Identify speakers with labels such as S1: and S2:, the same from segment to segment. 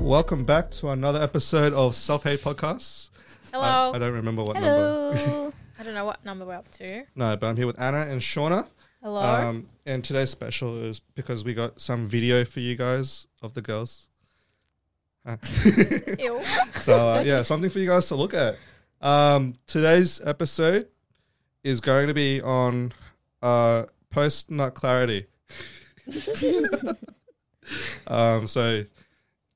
S1: welcome back to another episode of Self Hate Podcasts. I,
S2: Hello.
S1: I don't remember what number.
S3: Hello.
S2: I don't know what number we're up to.
S1: No, but I'm here with Anna and Shauna.
S2: Hello.
S1: Um, and today's special is because we got some video for you guys of the girls. Uh,
S2: Ew.
S1: so uh, yeah, something for you guys to look at. Um, today's episode is going to be on uh, post nut clarity. um, so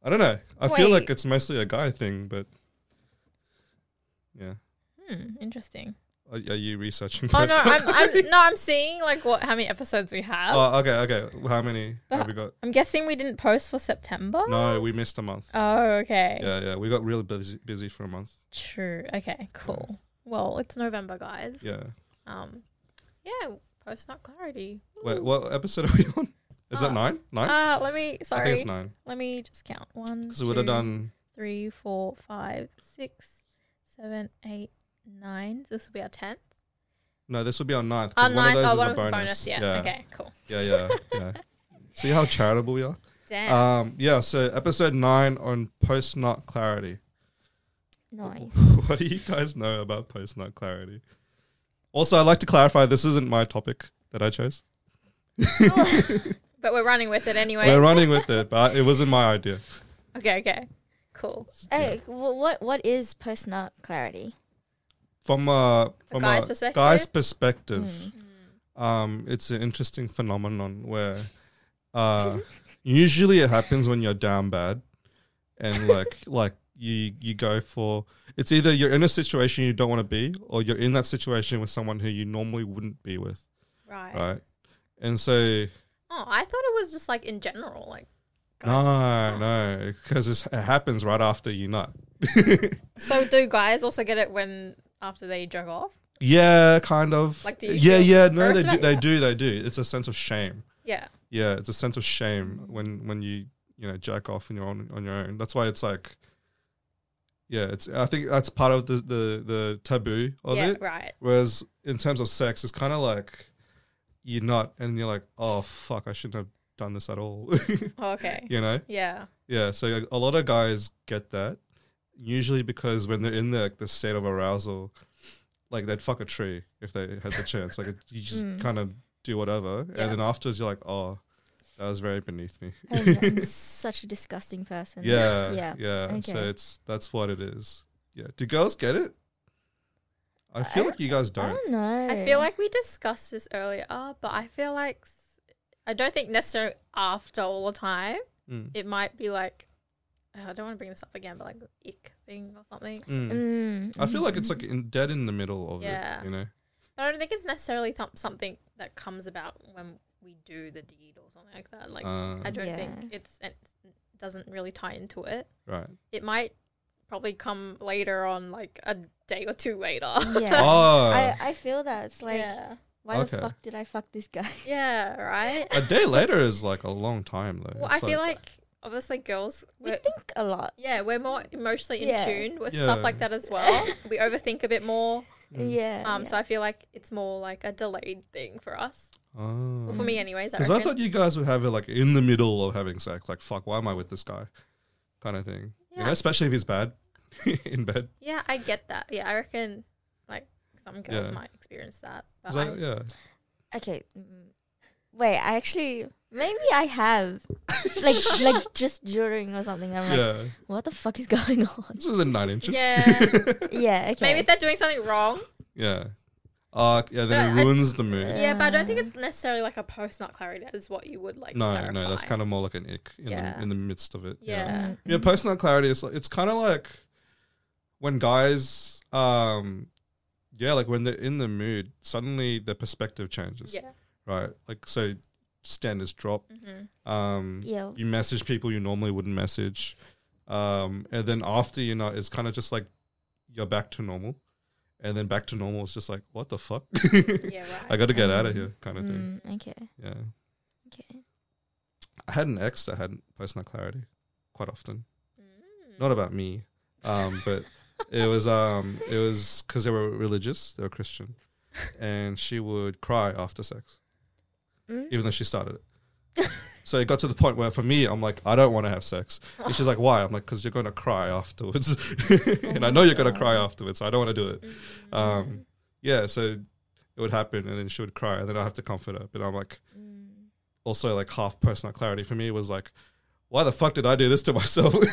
S1: I don't know. I feel like
S2: Wait.
S1: it's mostly a guy thing, but yeah.
S2: Hmm, interesting.
S1: Are, are you researching?
S2: Oh no,
S1: post-nut
S2: I'm,
S1: clarity?
S2: I'm no, I'm seeing like what how many episodes we have.
S1: Oh, okay, okay. How many have we got?
S2: I'm guessing we didn't post for September.
S1: No, we missed a month.
S2: Oh, okay.
S1: Yeah, yeah. We got really busy, busy for a month.
S2: True. Okay. Cool. Well, it's November, guys.
S1: Yeah.
S2: Um. Yeah. Post not clarity.
S1: Wait, what episode are we on? Is that
S2: Oh.
S1: nine? Nine?
S2: Ah, let me.
S1: I think
S2: Sorry.
S1: it's nine.
S2: Let me just count. One.
S1: Because we would have
S2: two,
S1: done
S2: three, four, five, six, seven, eight, nine. This will be our tenth.
S1: No, this will be our ninth.
S2: Our
S1: 'cause one
S2: ninth.
S1: of those
S2: Oh,
S1: is
S2: one
S1: a
S2: of us
S1: bonus.
S2: is bonus. Yeah.
S1: yeah,
S2: Okay. Cool.
S1: yeah, yeah, yeah. See how charitable we are.
S2: Damn.
S1: Um, yeah. So episode nine on post nut clarity.
S3: nice.
S1: what do you guys know about post nut clarity? Also, I'd like to clarify this isn't my topic that I chose.
S2: but we're running with it anyway.
S1: We're running with it, but it wasn't my idea.
S2: Okay, okay. Cool.
S3: Hey, wh- what what is personal clarity?
S1: From a from
S2: guy's
S1: a
S2: perspective? Hmm.
S1: guy's perspective, um, it's an interesting phenomenon where uh, usually it happens when you're down bad and like like you you go for it's either you're in a situation you don't want to be or you're in that situation with someone who you normally wouldn't be with
S2: Right.
S1: right and so
S2: Oh, I thought it was just like in general, like guys.
S1: no no because it happens right after you nut
S2: So do guys also get it when after they jerk off?
S1: yeah kind of
S2: Like, do you
S1: yeah
S2: feel
S1: yeah no they
S2: embarrassed
S1: do,
S2: about-
S1: they
S2: yeah.
S1: do they do it's a sense of shame
S2: Yeah.
S1: yeah, it's a sense of shame when when you you know jack off and you're on on your own. That's why it's like, yeah, it's I think that's part of the the the taboo of
S2: yeah,
S1: it.
S2: right.
S1: Whereas in terms of sex, it's kind of like you're not, and you're like, oh fuck, I shouldn't have done this at all.
S2: Okay.
S1: you know,
S2: Yeah.
S1: yeah. So like, a lot of guys get that usually because when they're in the like, the state of arousal, like they'd fuck a tree if they had the chance. Like it, you just kind of do whatever,
S2: Mm. Yeah.
S1: and then afterwards you're like, oh. That was very beneath me.
S3: Oh, I'm such a disgusting person.
S1: Yeah, yeah,
S3: Yeah.
S1: So
S3: okay.
S1: it's that's what it is. Yeah. Do girls get it? I feel
S3: I-
S1: like you guys
S3: I
S1: don't.
S3: don't know.
S2: I feel like we discussed this earlier, but I feel like s- I don't think necessarily after all the time.
S1: Mm.
S2: It might be like oh, I don't want to bring this up again, but like the ick thing or something.
S1: Mm.
S3: Mm,
S1: I feel like it's like in, dead in the middle of
S2: Yeah.
S1: it. You know.
S2: But I don't think it's necessarily th- something that comes about when we do the deed or something like that. Like I
S1: Uh,
S2: don't
S3: Yeah.
S2: think it's it doesn't really tie into it.
S1: right.
S2: It might probably come later on, like a day or two later.
S3: mm. Yeah.
S1: Oh,
S3: I, I feel that it's like
S2: yeah,
S3: why
S1: Okay.
S3: the fuck did I fuck this guy?
S2: yeah, right.
S1: a day later is like a long time though.
S2: Well, I
S1: It's
S2: feel like obviously girls,
S3: We
S2: we're,
S3: think a lot.
S2: yeah, we're more emotionally
S3: Yeah.
S2: in tune with
S1: Yeah.
S2: stuff like that as well. we overthink a bit more.
S1: Mm.
S3: Yeah.
S2: Um,
S3: yeah.
S2: so I feel like it's more like a delayed thing for us, well, for
S1: oh.
S2: me, anyways. I
S1: Because I
S2: reckon.
S1: thought you guys would have it like in the middle of having sex, like fuck, why am I with this guy, kind of thing. You
S2: Yeah.
S1: know, especially if he's bad in bed.
S2: yeah, I get that. Yeah, I reckon like some girls
S1: Yeah.
S2: might experience that. But
S1: Is
S2: I,
S1: that- yeah.
S3: okay. mm, Wait, I actually maybe I have like like just during or something. I'm like,
S1: yeah.
S3: what the fuck is going on?
S1: This isn't nine inches.
S2: yeah.
S3: yeah. Okay.
S2: Maybe if they're doing something wrong.
S1: Yeah. Uh, yeah, then it
S2: But I-
S1: ruins the mood.
S2: Yeah, but I don't think it's necessarily like a post not clarity is what you would like.
S1: No,
S2: clarify.
S1: no, that's kind of more like an ick in,
S2: Yeah.
S1: the, in the midst of it.
S2: yeah.
S3: Mm,
S1: Yeah, post nut clarity is like, it's kind of like when guys, um, yeah, like when they're in the mood, suddenly their perspective changes,
S2: Yeah. Mm-hmm.
S1: right? Like, so standards drop. Um,
S3: Yeah.
S1: You message people you normally wouldn't message. Um, and then after you know, it's kind of just like you're back to normal. And then back to normal is just like, what the fuck?
S2: Yeah, right.
S1: I got to get out of here kind of thing.
S3: mm, okay.
S1: Yeah.
S3: Okay.
S1: I had an ex that had post nut clarity quite often.
S2: Mm.
S1: Not about me, um, but it was um, it was because they were religious, they were Christian, and she would cry after sex,
S3: Mm?
S1: even though she started it. So it got to the point where for me, I'm like, I don't want to have sex. And she's like, why? I'm like, because you're going to cry afterwards. and I know you're
S3: Oh
S1: going to cry afterwards. So I don't want to do it.
S2: Mm.
S3: Mm-hmm.
S1: Um, yeah. So it would happen. And then she would cry. And then I have to comfort her. But I'm like,
S3: Mm.
S1: also like half personal clarity for me was like, why the fuck did I do this to myself?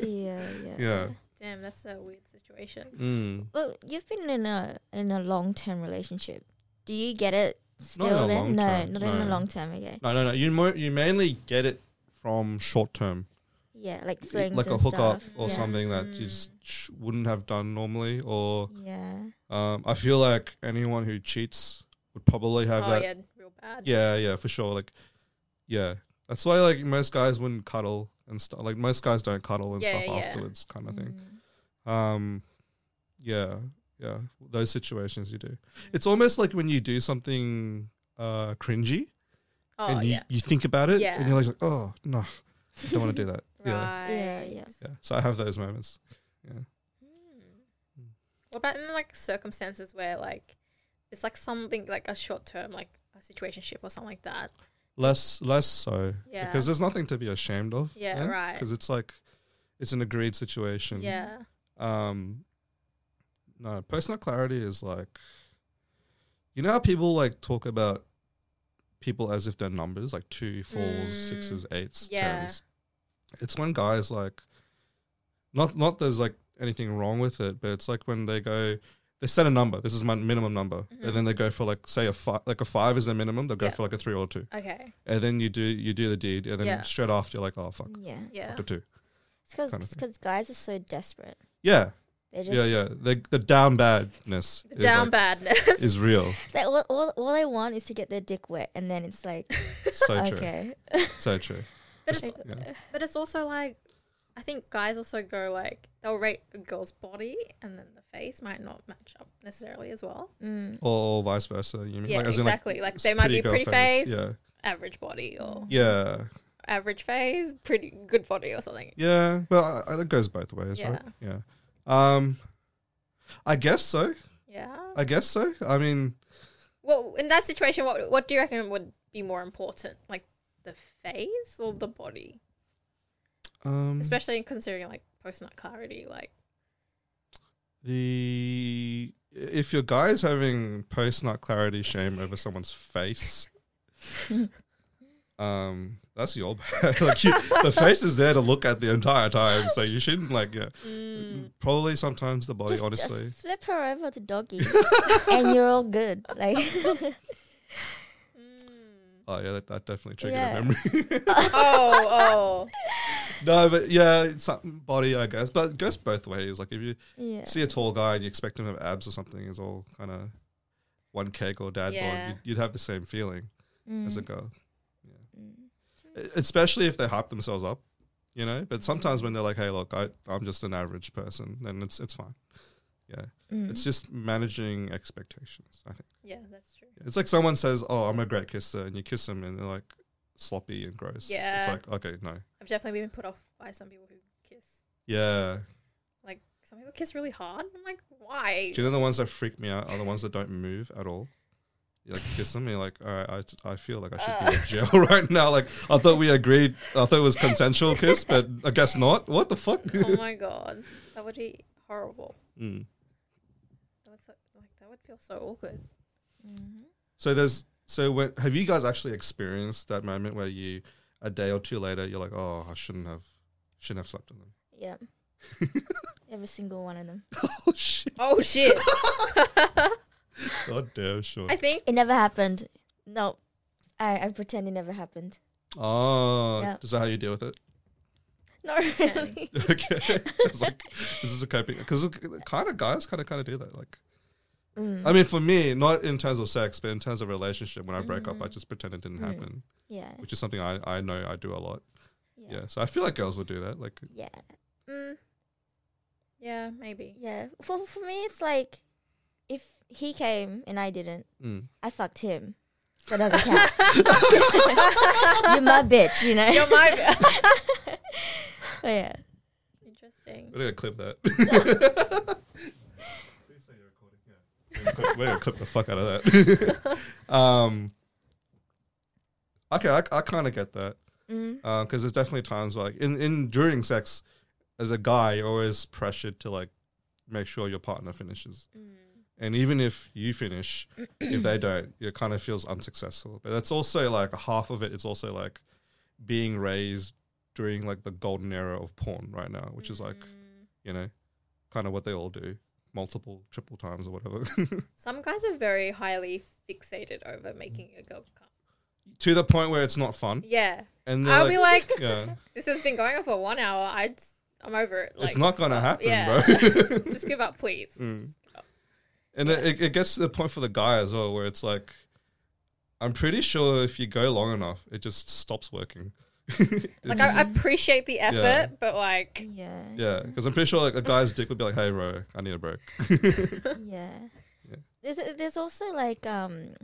S3: yeah, yeah.
S1: yeah.
S2: Damn, that's a weird situation.
S1: Mm.
S3: Well, you've been in a in a long term relationship. Do you get it still?
S1: in a
S3: then
S1: long
S3: no,
S1: term,
S3: not in a
S1: no.
S3: long term. Okay.
S1: No, no, no. You mo- you mainly get it from short term,
S3: Yeah, like flings
S1: like a
S3: and
S1: hookup
S3: stuff.
S1: or
S3: yeah. Mm.
S1: something that you just sh- wouldn't have done normally. Or
S3: Yeah.
S1: um, I feel like anyone who cheats would probably have
S2: oh
S1: that.
S2: yeah, real bad.
S1: Yeah, yeah, for sure. Like, yeah, that's why like most guys wouldn't cuddle and stuff. Like most guys don't cuddle and
S2: Yeah,
S1: stuff
S2: yeah. Mm-hmm.
S1: afterwards, kind of thing.
S3: Mm.
S1: Um, yeah, yeah, those situations you do.
S2: Mm-hmm.
S1: It's almost like when you do something uh cringy
S2: Oh
S1: and you,
S2: yeah.
S1: you think about it
S2: Yeah.
S1: and you're like, oh no, I don't want to do that. Yeah,
S2: Right.
S3: Yeah, yeah.
S1: yeah. So I have those moments.
S2: Hmm. What about in like circumstances where like it's like something like a short term like a situationship or something like that?
S1: Less, less so
S2: Yeah.
S1: because there's nothing to be ashamed of.
S2: Yeah, right.
S1: Because it's like it's an agreed situation.
S2: Yeah.
S1: Um, no, personal clarity is like, you know how people like talk about people as if they're numbers, like two, fours,
S2: Mm,
S1: sixes, eights,
S2: yeah.
S1: tens. It's when guys like, not not there's like anything wrong with it, but it's like when they go, they set a number. This is my minimum number,
S2: Mhm.
S1: and then they go for like say a five, like a five is the minimum. They'll go
S2: Yeah.
S1: for like a three or a two,
S2: Okay.
S1: and then you do you do the deed, and then
S2: Yeah.
S1: straight after you're like, oh fuck,
S3: Yeah.
S2: Yeah.
S1: the two.
S3: It's because
S1: Kind of thing.
S3: guys are so desperate.
S1: Yeah,
S3: They just
S1: yeah, yeah. The the down badness.
S2: The
S1: is,
S2: down
S1: like,
S2: badness.
S1: is real.
S3: They, all, all, all they want is to get their dick wet, and then it's like,
S1: So true.
S3: okay,
S1: So true.
S2: but it's
S3: Like,
S1: yeah.
S2: but it's also like I think guys also go like they'll rate a girl's body and then the face might not match up necessarily as well.
S3: mm,
S1: Or vice versa. You mean?
S2: Yeah,
S1: as in,
S2: exactly. Like,
S1: s-
S2: they might be
S1: girl
S2: pretty face.
S1: Yeah.
S2: Average body or
S1: Yeah.
S2: average face, pretty good body or something.
S1: Yeah. Well, I, I, it goes both ways, right? Yeah. Um, I guess so.
S2: Yeah.
S1: I guess so. I mean,
S2: Well, in that situation, what what do you reckon would be more important, like the face or the body?
S1: um,
S2: Especially considering like post nut clarity, like
S1: the if your guy's having post nut clarity shame over someone's face. Um, that's your bad. like you, the face is there to look at the entire time, so you shouldn't like yeah.
S2: mm-hmm.
S1: Probably sometimes the body,
S3: Mm. just,
S1: honestly.
S3: just flip her over to doggy, and you're all good. Like,
S1: Oh yeah, that, that definitely triggered
S3: Yeah.
S1: a memory.
S2: oh oh
S1: no, but yeah, it's something body, I guess. But it goes both ways. Like if you
S3: yeah,
S1: see a tall guy and you expect him to have abs or something, is all kind of one cake or dad bod.
S2: Yeah.
S1: You'd, you'd have the same feeling as a
S3: mm,
S1: girl,
S3: mm.
S1: E- especially if they hype themselves up, you know. But sometimes when they're like, "Hey, look, I, I'm just an average person," then it's it's fine. Yeah,
S3: Mm.
S1: it's just managing expectations. I think
S2: yeah, that's true.
S1: it's like someone says, "Oh, I'm a great kisser," and you kiss them, and they're like sloppy and gross. it's
S2: Yeah.
S1: like okay, no.
S2: I've definitely been put off by some people who kiss.
S1: Yeah,
S2: Like some people kiss really hard. I'm like, why?
S1: Do you know the ones that freak me out are the ones that don't move at all? You like kiss them, and you're like, all right, I, t- I feel like I should be in jail right now. Like, I thought we agreed, I thought it was consensual kiss, but I guess not. What the fuck?
S2: oh my god, that would be horrible.
S1: Mm.
S2: That would so, like that would feel so awkward.
S3: mm-hmm.
S1: So there's, so when, have you guys actually experienced that moment where you, a day or two later, you're like, oh, I shouldn't have, shouldn't have slept with them.
S3: yeah. Every single one of them.
S1: Oh shit!
S2: Oh shit!
S1: God damn sure.
S2: I think
S3: It never happened. No, I, I pretend it never happened.
S1: Oh,
S3: Yeah.
S1: is that how you deal with it?
S3: Not really.
S1: Okay, it's like this is a coping because kind of guys kind of kind of do that. Like,
S3: Mm,
S1: I mean, for me, not in terms of sex, but in terms of relationship, when I break up, I just pretend it didn't
S3: Mm.
S1: happen,
S3: yeah,
S1: which is something I, I know I do a lot. Yeah.
S3: yeah,
S1: So I feel like girls would do that. Like,
S3: yeah,
S2: mm, yeah, maybe.
S3: yeah. For for me, it's like if he came and I didn't,
S1: mm.
S3: I fucked him. So it doesn't count. You're my bitch, you know.
S2: You're my
S3: But yeah.
S2: Interesting.
S1: we're going to clip that. Please say you're recording, yeah. We're gonna clip- We're going to clip the fuck out of that. um, okay, I, I kind of get that.
S3: Mm.
S1: because there's definitely times where, like in, in during sex as a guy you're always pressured to like make sure your partner finishes
S2: Mm,
S1: and even if you finish if they don't it kind of feels unsuccessful but that's also like half of it is also like being raised during like the golden era of porn right now which is like
S2: mm.
S1: you know kind of what they all do multiple triple times or whatever
S2: Some guys are very highly fixated over making a girl come.
S1: to the point where it's not fun
S2: Yeah.
S1: and they're
S2: I'll be like,
S1: yeah
S2: this has been going on for one hour. I just, I'm over it.
S1: it's not gonna
S2: stop.
S1: happen
S2: Yeah.
S1: bro
S2: just give up, please.
S1: Mm.
S2: Just give up.
S1: And it it, it gets to the point for the guy as well where it's like, I'm pretty sure if you go long enough, it just stops working. It
S2: Like,
S1: just-
S2: I appreciate the effort,
S1: Yeah.
S2: but like,
S3: Yeah.
S1: yeah, because I'm pretty sure like a guy's dick would be like, "Hey, bro, I need a break."
S3: yeah.
S1: Yeah.
S3: There's, uh, there's also like um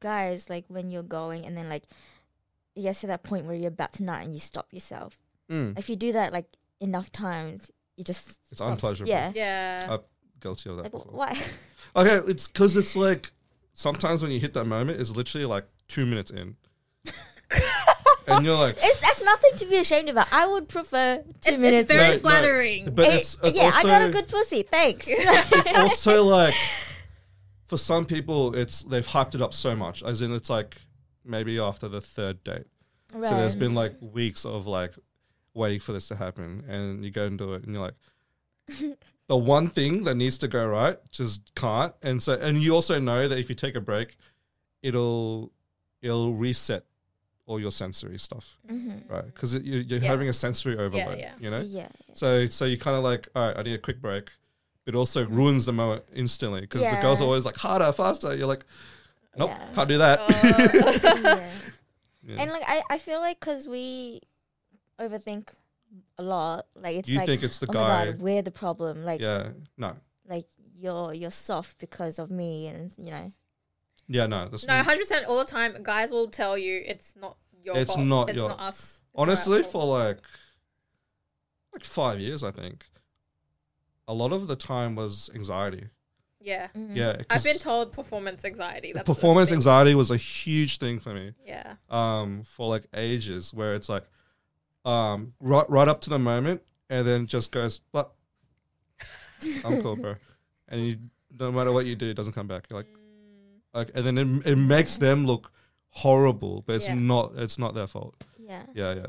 S3: guys like when you're going and then like you get to that point where you're about to nut and you stop yourself.
S1: Mm,
S3: If you do that like enough times, you just
S1: It's
S3: stops.
S1: unpleasurable.
S3: Yeah.
S1: Oh,
S2: yeah.
S1: guilty of that.
S3: Like wh-
S1: before.
S3: why?
S1: Okay, it's because it's like sometimes when you hit that moment, it's literally like two minutes in, and you're like,
S3: it's that's nothing to be ashamed about. I would prefer two
S2: It's, it's
S3: minutes.
S1: No,
S2: very
S1: no.
S2: flattering.
S1: but
S3: It-
S1: it's, it's
S3: yeah,
S1: also
S3: I got a good pussy. Thanks.
S1: it's also like for some people it's they've hyped it up so much as in it's like maybe after the third date so there's been like weeks of like waiting for this to happen and you go and do it and you're like the one thing that needs to go right just can't and so and you also know that if you take a break it'll it'll reset all your sensory stuff
S3: Mhm.
S2: Mm-hmm.
S1: right because you, you're
S2: Yeah.
S1: having a sensory overload
S2: yeah.
S1: you know
S3: Yeah.
S1: so so you kind of like, all right, I need a quick break. It also ruins the moment instantly because the
S3: Yeah.
S1: girls are always like harder, faster. You're like, nope,
S3: Yeah.
S1: can't do
S2: Oh.
S1: that.
S3: yeah.
S1: Yeah.
S3: And like I, I feel like because we overthink a lot. Like it's
S1: you
S3: like
S1: think it's the
S3: oh
S1: guy?
S3: my god, we're the problem. Like
S1: yeah, no,
S3: like you're you're soft because of me, and you know.
S1: yeah, no. That's
S2: no, 100% all the time, guys will tell you it's not your
S1: It's
S2: fault.
S1: not
S2: it's
S1: your-
S2: not us. It's not our
S1: honestly
S2: fault.
S1: for like like five years, I think. A lot of the time was anxiety.
S2: Yeah.
S3: Mm.
S1: Yeah,
S2: I've
S1: 'cause
S2: been told performance anxiety. That's the
S1: performance
S2: thing.
S1: anxiety was a huge thing for me.
S2: Yeah.
S1: um, for like ages, where it's like um, right, right up to the moment, and then just goes, "But I'm cool, bro," and you, no matter what you do, it doesn't come back. You're like,
S2: Mm.
S1: like, and then it, it makes them look horrible, but it's
S2: Yeah.
S1: not. It's not their fault.
S3: Yeah.
S1: Yeah, yeah,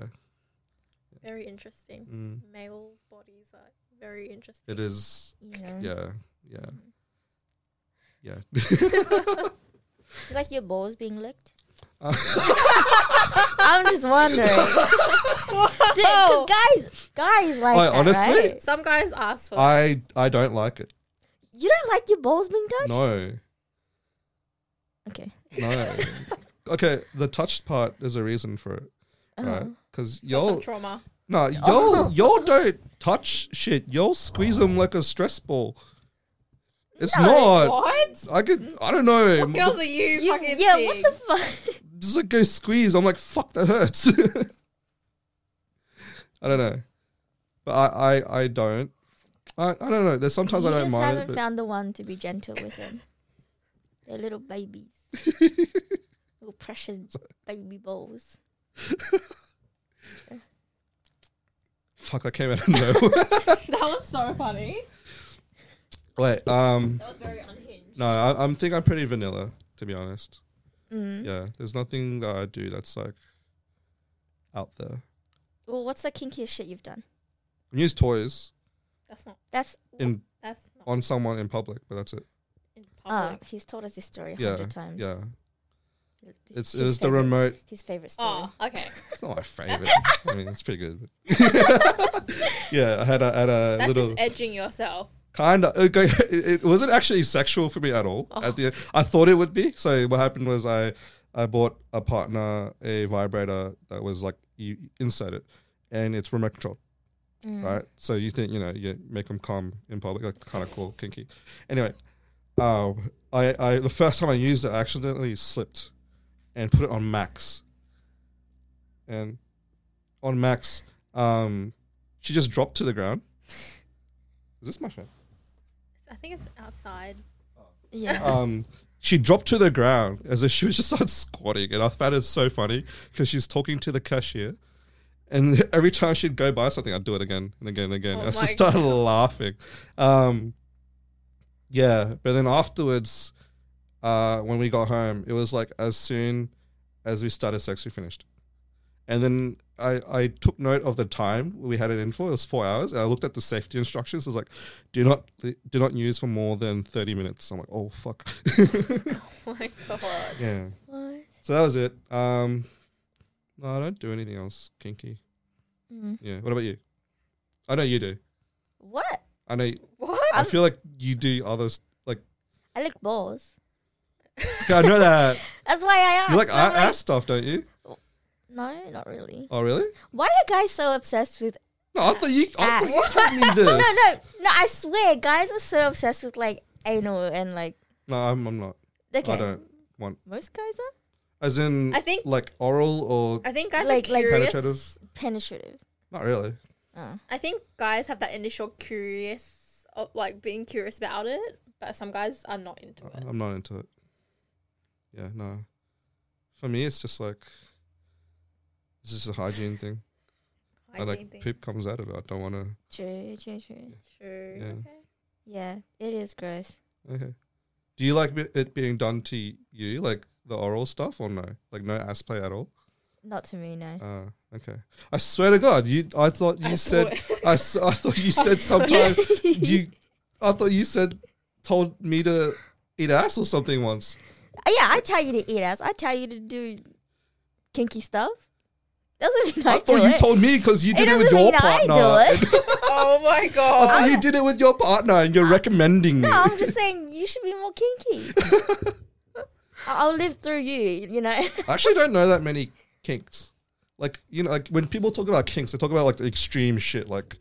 S2: Very interesting.
S1: mm,
S2: Males' bodies are very interesting.
S1: it is.
S3: Yeah.
S1: Yeah, yeah, yeah.
S3: Mm. It's like your balls being licked.
S1: Uh,
S3: I'm just wondering. Because guys, guys like
S1: Wait,
S3: that,
S1: honestly?
S3: right?
S2: Some guys ask for that.
S1: I I don't like it.
S3: You don't like your balls being touched.
S1: No,
S3: Okay.
S1: no. Okay, the touched part is a reason for it,
S3: Oh.
S1: right? Because
S2: Got
S1: y'all
S2: some trauma.
S1: No, y'all y'all don't touch shit. Y'all squeeze them like a stress ball. It's not.
S2: What?
S1: I could. I don't know.
S2: What girls are you,
S3: You-
S2: fucking
S3: yeah.
S2: seeing?
S3: What the fuck?
S1: Just like go squeeze. I'm like fuck. That hurts. I don't know, but I I, I don't. I, I don't know. There's sometimes
S3: you
S1: I don't
S3: just
S1: mind. it,
S3: haven't
S1: but-
S3: found the one to be gentle with them. They're little babies. little precious baby balls.
S1: fuck, I came out of nowhere.
S2: that was so funny.
S1: Wait. Um.
S2: That was very unhinged.
S1: No, I, I'm think I'm pretty vanilla to be honest.
S3: Mm.
S2: Mm-hmm.
S1: Yeah. There's nothing that I do that's like out there.
S3: Well, what's the kinkiest shit you've done?
S1: I use toys
S2: That's not.
S3: That's
S1: in
S2: That's not
S1: on someone in public, but that's it.
S2: in
S3: ah,
S2: public.
S3: he's told us this story a
S1: Yeah,
S3: hundred times.
S1: Yeah.
S3: Th-
S1: It's
S3: his
S1: it was the
S3: favorite-
S1: remote.
S3: His favorite story.
S2: Oh, okay.
S1: It's not my favorite. I mean, it's pretty good. yeah, I had a, had a
S2: That's
S1: little
S2: just edging yourself.
S1: kind of. It, go- it- it wasn't actually sexual for me at all.
S2: Oh.
S1: At the end, I thought it would be. So what happened was I I bought a partner a vibrator that was like you insert it, and it's remote controlled.
S3: Mm.
S1: right? So you think you know you make them come in public, like kind of cool, kinky. Anyway, um, I, I the first time I used it, I accidentally slipped and put it on max, and on max, um, she just dropped to the ground. Is this my phone?
S2: I think it's outside.
S3: Yeah.
S1: Um, she dropped to the ground as if she was just started squatting, and I found it so funny because she's talking to the cashier, and every time she'd go buy something, I'd do it again and again and again.
S2: Oh
S1: I just
S2: my
S1: started
S2: God.
S1: laughing. Um, yeah, but then afterwards, uh, when we got home, it was like as soon as we started sex, we finished. And then I, I took note of the time we had it in for. It was four hours, and I looked at the safety instructions. It was like, do not do not use for more than thirty minutes. I'm like, oh fuck,
S2: Oh my god.
S1: yeah.
S3: What?
S1: So that was it. Um, no, I don't do anything else kinky.
S3: Mm.
S1: Yeah. What about you? I know you do.
S3: What?
S1: I know. You,
S2: What?
S1: I feel like you do others. Like
S3: I like balls.
S1: I know that
S3: That's why I asked.
S1: you like
S3: I'm
S1: ass ass stuff, don't you?
S3: No, not really.
S1: Oh, really?
S3: Why are guys so obsessed with
S1: No, I thought you. I thought you
S3: Ass.
S1: told me this.
S3: No, no, no, I swear, guys are so obsessed with like anal and like.
S1: No, I'm, I'm not.
S3: Okay.
S1: I don't want.
S3: Most guys are
S1: As in,
S2: I think-
S1: like oral or
S2: I think guys
S3: Like-
S2: are
S3: like-
S2: curious.
S3: penetrative.
S1: not really.
S3: Uh.
S2: I think guys have that initial curious, of, like being curious about it, but some guys are not into it.
S1: I'm not into it. Yeah, no. For me, it's just like it's just a hygiene thing. I, like
S2: Hygiene thing.
S1: poop comes out of it. I don't want to.
S3: True, true, true.
S2: True.
S1: Yeah.
S2: Okay.
S3: Yeah, it is gross. Mm-hmm.
S1: Okay. Do you like be- it being done to you, like the oral stuff, or no? Like no ass play at all?
S3: Not to me, no.
S1: Uh, okay. I swear to God, you. I thought you
S2: I
S1: said.
S2: swear.
S1: I, s- I thought you said
S2: swear.
S1: sometimes you. I thought you said told me to eat ass or something once.
S3: Uh, yeah, I tell you to eat ass. I tell you to do kinky stuff. Doesn't mean I,
S1: I, thought
S3: do
S1: you
S3: it.
S1: told me because you
S3: It
S1: did it, with
S3: doesn't
S1: your
S3: mean I
S1: partner.
S3: do it.
S1: And-
S2: oh my
S1: I
S2: god.
S1: thought you did it with your partner, and you're recommending
S3: no,
S1: me.
S3: I'm just saying you should be more kinky. I- I'll live through you, you know.
S1: I actually don't know that many kinks. Like you know, like when people talk about kinks, they talk about like the extreme shit, like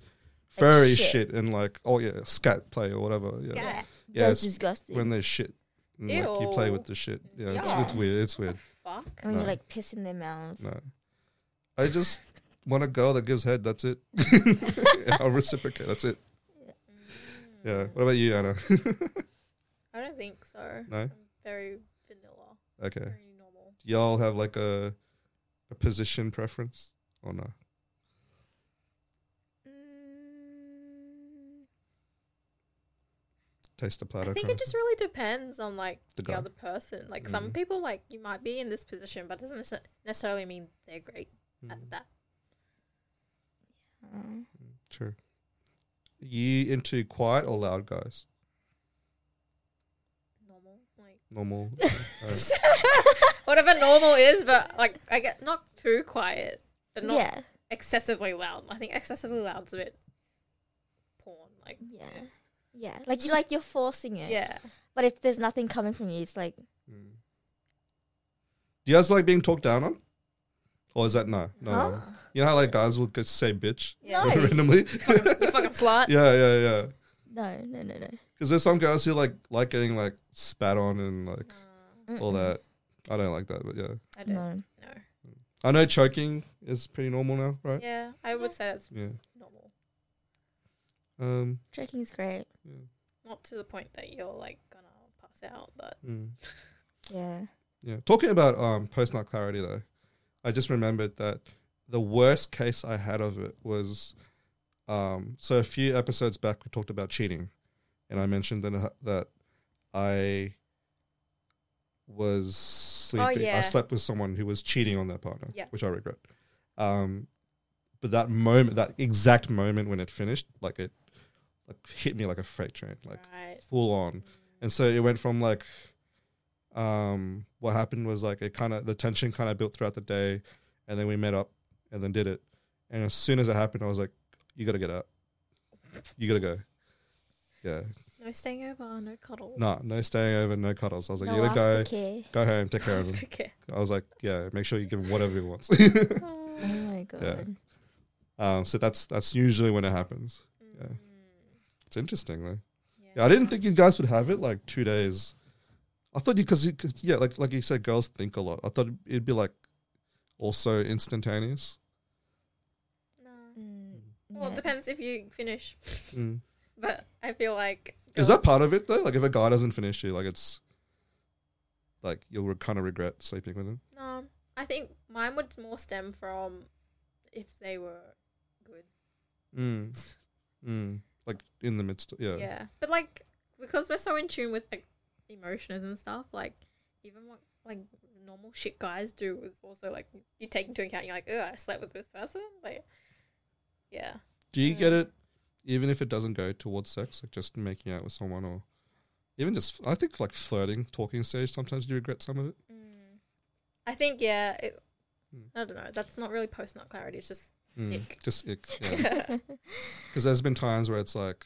S1: furry
S3: shit.
S1: shit. and like oh yeah, scat play or whatever. Yeah,
S2: Scat.
S1: yeah,
S3: That's
S1: it's
S3: disgusting.
S1: when there's shit. And, like, you play
S2: Ew.
S1: with the shit. Yeah, it's,
S2: Yeah.
S1: it's weird. It's weird.
S2: Fuck.
S3: when
S1: No.
S3: you like piss in their mouths.
S1: No, I just want a girl that gives head. That's it. And I'll reciprocate. That's it. Yeah. What about you, Anna?
S2: Mm. I don't think so.
S1: No?
S2: I'm very vanilla.
S1: okay.
S2: Very normal.
S1: Y'all have like a a position preference or no?
S3: Mm,
S1: Taste the platter.
S2: I think
S1: kind
S2: it
S1: of
S2: just really depends on like
S1: The
S2: the,
S1: guy.
S2: other person. Like some
S1: Mm.
S2: people, like you might be in this position, but doesn't necess- necessarily mean they're great
S1: thing?
S2: at that.
S3: uh,
S1: True. You into quiet or loud guys?
S2: Normal, like
S1: Normal. Alright.
S2: whatever normal is, but like I get not too quiet, but not
S3: yeah,
S2: excessively loud. I think excessively loud's a bit porn. Like
S3: yeah, yeah. Like you, like you're forcing it.
S2: yeah,
S3: But if there's nothing coming from you, it's like
S1: Mm. Do you guys like being talked down on? Or is that no? No.
S3: huh?
S1: no. You know how like guys will get say bitch
S2: yeah.
S3: No.
S1: randomly?
S2: you fucking slut.
S1: yeah, yeah, yeah.
S3: No, no, no, no.
S1: Because there's some guys who like like getting like spat on and like all
S3: Mm-mm.
S1: that. I don't like that, but yeah.
S2: I don't know.
S3: No.
S1: I know choking is pretty normal now, right?
S2: Yeah, I would say that's
S1: Yeah.
S2: normal.
S1: Um.
S3: Trekking is great.
S2: Not to the point that you're like gonna pass out, but
S1: mm.
S3: Yeah.
S1: Yeah. Talking about um, post nut clarity, though, I just remembered that the worst case I had of it was um, so a few episodes back, we talked about cheating. And I mentioned that, uh, that I was sleeping. I
S2: Oh, yeah.
S1: slept with someone who was cheating on their partner,
S2: Yeah.
S1: which I regret. Um, but that moment, that exact moment when it finished, like it like hit me like a freight train, like
S2: right. Mm.
S1: full on. And so it went from like, um, what happened was like it kind of the tension kind of built throughout the day, and then we met up and then did it. And as soon as it happened, I was like, "You gotta get out. You gotta go." Yeah,
S2: No staying over, no cuddles.
S1: no, no staying over, no cuddles. I was like, "You
S3: No
S1: gotta go,
S3: aftercare.
S1: go home, take care of him."
S2: Okay.
S1: I was like, "Yeah, make sure you give him whatever he wants."
S3: Oh my god.
S1: um, so that's that's usually when it happens. Yeah. It's interesting though.
S2: mm. Yeah.
S1: Yeah, I didn't think you guys would have it like two days. I thought you because you, 'cause, yeah, like like you said, girls think a lot. I thought it'd be like also instantaneous.
S2: No.
S3: Mm,
S2: Well,
S3: no.
S2: it depends if you finish.
S1: Mm.
S2: but I feel like
S1: Is that part of it though? Like if a guy doesn't finish you, like it's like you'll re- kind of regret sleeping with him.
S2: No, I think mine would more stem from if they were good.
S1: Mm. Mm. Like in the midst, yeah.
S2: Yeah, but like because we're so in tune with like emotions and stuff, like even what like normal shit guys do is also like you take into account. You're like, oh, I slept with this person. Like, yeah,
S1: Do you get it? Even if it doesn't go towards sex, like just making out with someone or even just, I think like flirting, talking stage, sometimes you regret some of it.
S2: mm. I think yeah. It,
S1: Mm.
S2: I don't know. That's not really post nut clarity. It's just
S1: Mm.
S2: Ick.
S1: Just ick. Yeah. Because there's been times where it's like,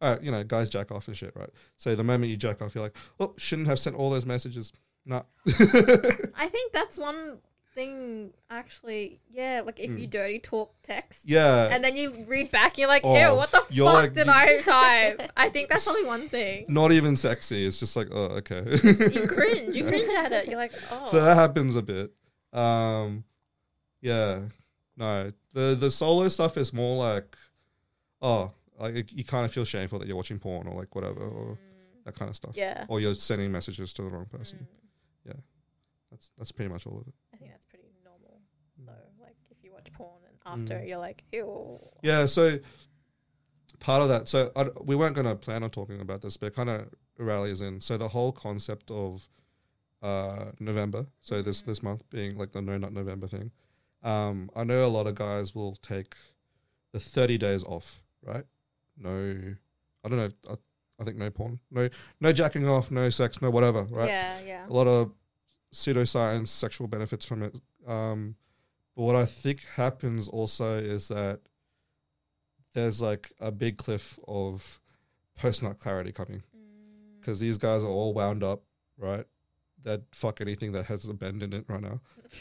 S1: all right, you know, guys jack off and shit, right? So the moment you jack off, you're like, oh, shouldn't have sent all those messages. Nah.
S2: I think that's one thing actually. Yeah, like if you
S1: Hmm.
S2: dirty talk text.
S1: yeah.
S2: And then you read back, you're like,
S1: Oh,
S2: ew, what the fuck
S1: you're like-
S2: did I type? I think that's only one thing.
S1: not even sexy. It's just like, oh, okay.
S2: You cringe, you cringe at it. You're like, oh,
S1: so that happens a bit. Um, yeah, no. The the solo stuff is more like, oh, like it- you kind of feel shameful that you're watching porn or like whatever or that kind of stuff,
S2: Mm. yeah.
S1: or you're sending messages to the wrong person.
S2: Mm.
S1: That's that's pretty much all of it.
S2: I think that's pretty normal. Though, like if you watch porn and
S1: Mm.
S2: after you're like, ew.
S1: Yeah. So part of that. So I d we weren't going to plan on talking about this, but kind of rallies in. So the whole concept of uh, November. So this
S2: Mhm.
S1: this month being like the no not November thing. Um, I know a lot of guys will take the thirty days off. Right? No, I don't know. I, I think no porn. No no jacking off. No sex. No whatever. Right?
S2: Yeah, yeah.
S1: a lot of pseudoscience sexual benefits from it um, but what i think happens also is that there's like a big cliff of post nut clarity coming
S2: Mm.
S1: because these guys are all wound up right that fuck anything that has a bend in it right now